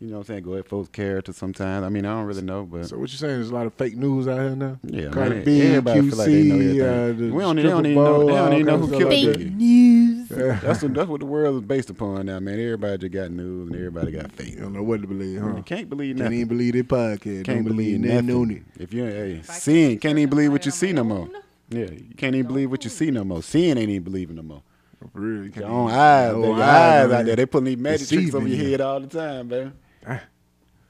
A: you know, what I'm saying go at folks' character sometimes. I mean, I don't really know, but
C: So what you saying? There's a lot of fake news out here now.
A: Yeah, man,
C: Cardi
A: they-
C: B,
A: everybody
C: QC,
A: feel like they know everything.
C: uh, the
A: We don't- they don't
C: stripper
A: even know-
C: pole,
A: they don't
C: all
A: even know
C: kinds
A: who
C: of stuff
A: killed
C: like
A: Big.
C: that.
B: news.
A: that's what, that's what the world is based upon now, man. Everybody just got news and everybody got fake.
C: You don't know what to believe, huh?
A: You can't believe
C: Can't
A: nothing.
C: even believe their podcast.
A: can't
C: Don't
A: believe
C: believe nothing on it.
A: nothing. If you ain't
B: I
A: hey,
B: can't
A: seeing, can't even
B: turn
A: believe
B: my
A: what you
B: light
A: see
B: on
A: no
B: my
A: more.
B: own.
A: Yeah, you can't even believe what you see no more. Seeing ain't even believing no more.
C: For real, you
A: Your
C: can't
A: own
C: even-
A: eyes,
C: your
A: baby,
C: own
A: your eyes out
C: man.
A: there. They putting these magic tricks over
C: Deceiving
A: your
C: you.
A: head all the time, man.
C: Ah.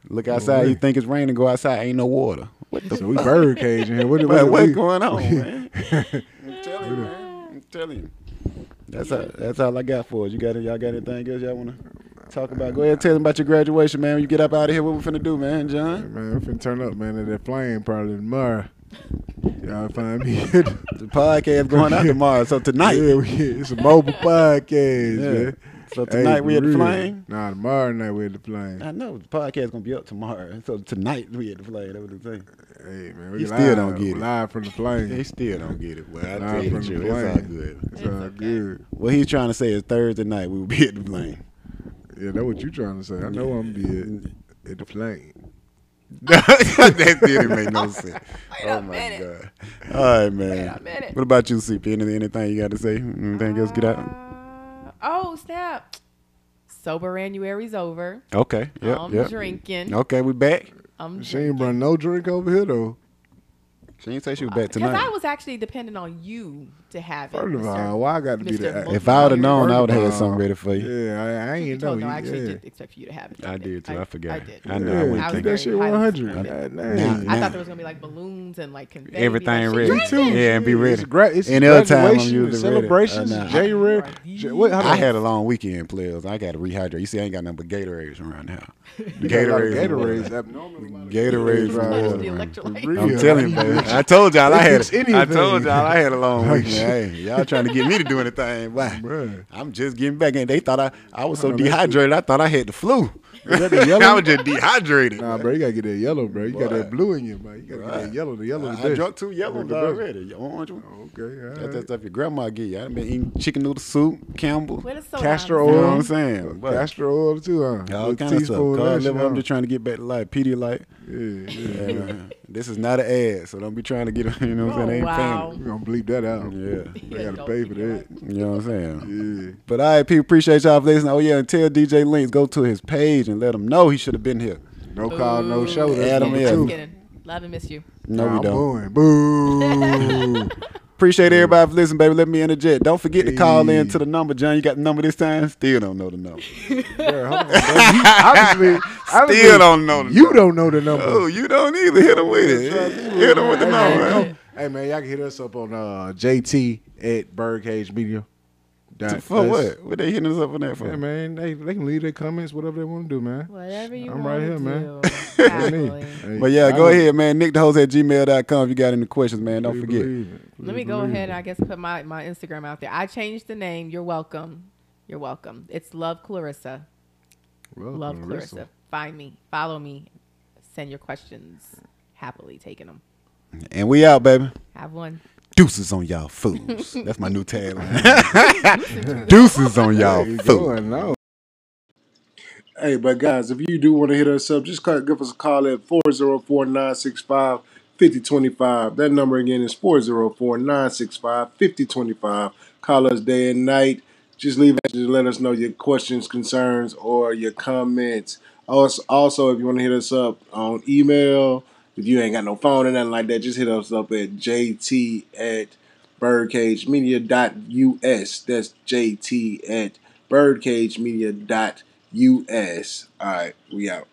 A: Look outside, you
C: really?
A: think it's raining, go outside, ain't no water. What the
C: So we bird cage in here. What,
A: What,
C: what,
A: what's
C: we-
A: going on, man? I'm telling you, man. I'm telling you. That's all. That's all I got for us. You got it? Y'all got anything else y'all wanna talk about? Go ahead, and tell them about your graduation, man. When you get up out of here, what we finna do, man, John?
C: Man, I'm finna turn up, man, at that flame probably tomorrow. Y'all find me. yeah,
A: The podcast going out tomorrow, so tonight.
C: we- it's a mobile podcast,
A: Yeah.
C: man.
A: So tonight we had the
C: really?
A: flame.
C: Nah, tomorrow night we had the plane.
A: I know the podcast gonna be up tomorrow. So tonight we had the flame. That was the thing.
C: Hey man, we
A: You
C: live,
A: still don't get it.
C: live from the plane.
A: They still don't get it, but I
C: Nah,
A: tell you the
C: from the
A: truth, it's all
C: plane.
A: good.
C: It's
B: It's
C: all
B: okay.
C: good.
A: What he's trying to say is Thursday night we will be at the plane.
C: Yeah, that's what you trying to say. I know I'm be at, at the plane.
A: that didn't make no sense.
B: a
A: oh my
B: minute.
A: god! All right, man.
B: Wait a minute.
A: What about you, CP? Anything, anything you got to say? Anything else? Get out.
B: Uh, oh snap! Sober January's over.
A: Okay. Yep.
B: I'm
A: yep.
B: drinking.
A: Okay, we back.
B: I'm
C: She ain't brought no drink over here though.
A: She didn't say she was back
B: because
A: tonight.
B: I was actually depending on you to have it.
C: First of
B: Mr.
C: all, why I got to be
B: Mr.
C: the
A: if I would have known, I would have had
C: Uh,
A: something ready for you.
C: Yeah, I, I
B: You
C: ain't know.
B: told
C: You,
B: me I actually
C: yeah.
B: did expect for you to have it.
A: I did too. I, forgot.
B: I did.
A: I know.
C: Yeah,
A: I wouldn't
B: was
C: keep
A: think
B: very
C: that shit
B: highly
C: 100.
B: disappointed.
C: Nah,
A: Nah,
C: nah.
A: nah.
B: I thought there was gonna be like balloons and like confetti. and
A: Everything
B: shit.
A: ready.
C: Me too.
A: Yeah, and be ready.
C: It's great. It's
A: Any other time, I'm
C: graduation
A: usually
C: and
A: ready.
C: celebrations.
A: Uh, nah.
C: January. Ja- Wait, hold
A: I
C: on.
A: had a long weekend, players. I got to rehydrate. You see, I ain't got nothing but Gatorades around now.
C: You got a lot of
A: Gatorades.
C: Gatorades. Abnormal.
A: Gatorades right
B: Much
A: here.
B: of the
A: man.
B: electrolyte.
A: I'm
C: Yeah.
A: telling you, man. I told y'all I had.
C: It's anything.
A: I told y'all I had a long
C: Like,
A: weekend. Hey, y'all trying to get me to do anything? Why?
C: Bruh.
A: I'm just getting back, and they thought I I was so
C: Hold on, that's-
A: dehydrated. I thought I had the flu.
C: that the
A: I
C: yellow?
A: was just dehydrated.
C: Nah, bro, you gotta get that yellow, bro. You got
A: Boy.
C: that blue in you, bro. You gotta get
A: Right.
C: that yellow. The yellow. the
A: I, I
C: best.
A: drunk two yellows
C: The best.
A: already. Your orange one.
C: Okay, all
A: That's that
C: right.
A: stuff your grandma get you. I've been eating chicken noodle soup, Campbell.
B: With a soda
C: Castor
B: on
A: You
B: it.
A: know what
C: oil.
A: I'm saying? But
C: Castor oil too, huh?
A: all
C: Little
A: kind of stuff.
C: teaspoon
A: Cod
C: that
A: liver,
C: shit,
A: I'm just trying to get back to life. Pedialyte.
C: huh? Yeah, yeah.
A: Yeah, man. this is not an ad, so don't be trying to get. You know what I'm saying?
B: Oh,
A: They ain't paying
B: wow.
A: me.
C: We gonna bleep that out.
A: Yeah.
C: They gotta
B: Don't
C: pay
B: bleep
C: for
B: it
C: that.
A: You know what I'm saying?
C: Yeah.
A: But all right, people, appreciate y'all for listening. Oh, yeah, and tell DJ Links, go to his page and let him know he should have been here.
C: No call, no
B: Ooh.
C: show. That's
A: Adam
C: number
A: is.
C: two.
B: Just kidding. Love and miss you.
A: No,
C: Nah,
A: we don't.
C: I'm booing. Boo.
A: Appreciate everybody for listening, baby. Let me interject. Don't forget to call in
C: Hey.
A: to the number, John. You got the number this time? Still don't know the number.
C: Bruh, hold on, bro. You- obviously, obviously,
A: Still don't know the
C: You
A: number.
C: don't know the number.
A: Oh, you don't either. Hit him with it. Hit him with the
C: Hey,
A: number.
C: man, come- Hey man, y'all can hit us up on uh, JT at Birdcage Media. dot
A: For
C: us.
A: what? What they hitting us up on that for?
C: Yeah, man, they, they can leave their comments, whatever they want to do, man.
B: Whatever you
C: I'm right here, man.
B: want
C: What
B: to do.
C: you mean?
B: Exactly.
C: Hey,
A: But yeah,
C: I
A: go
C: don't-
A: ahead, man. NickTheHose at gmail.com if you got any questions, man. Don't
C: please
A: forget.
C: believe it.
B: Let
C: Please
B: me go
C: believe
B: ahead
C: it.
B: and I guess put my, my Instagram out there. I changed the name. You're welcome. You're welcome. It's Love Clarissa.
C: Well,
B: Love
C: Clarissa.
B: Clarissa. Find me. Follow me. Send your questions. Happily taking them.
A: And we out, baby.
B: Have one.
A: Deuces on y'all fools. That's my new tagline. Deuces on y'all
C: Where you
A: fools.
C: going? No.
F: Hey, but guys, if you do want to hit us up, just call, give us a call at 404 965 5025. That number again is 404 965 5025. Call us day and night. Just leave us, just let us know your questions, concerns, or your comments. Also, also, if you want to hit us up on email, if you ain't got no phone or nothing like that, just hit us up at jt at birdcagemedia.us. That's jt at birdcagemedia.us. All right, we out.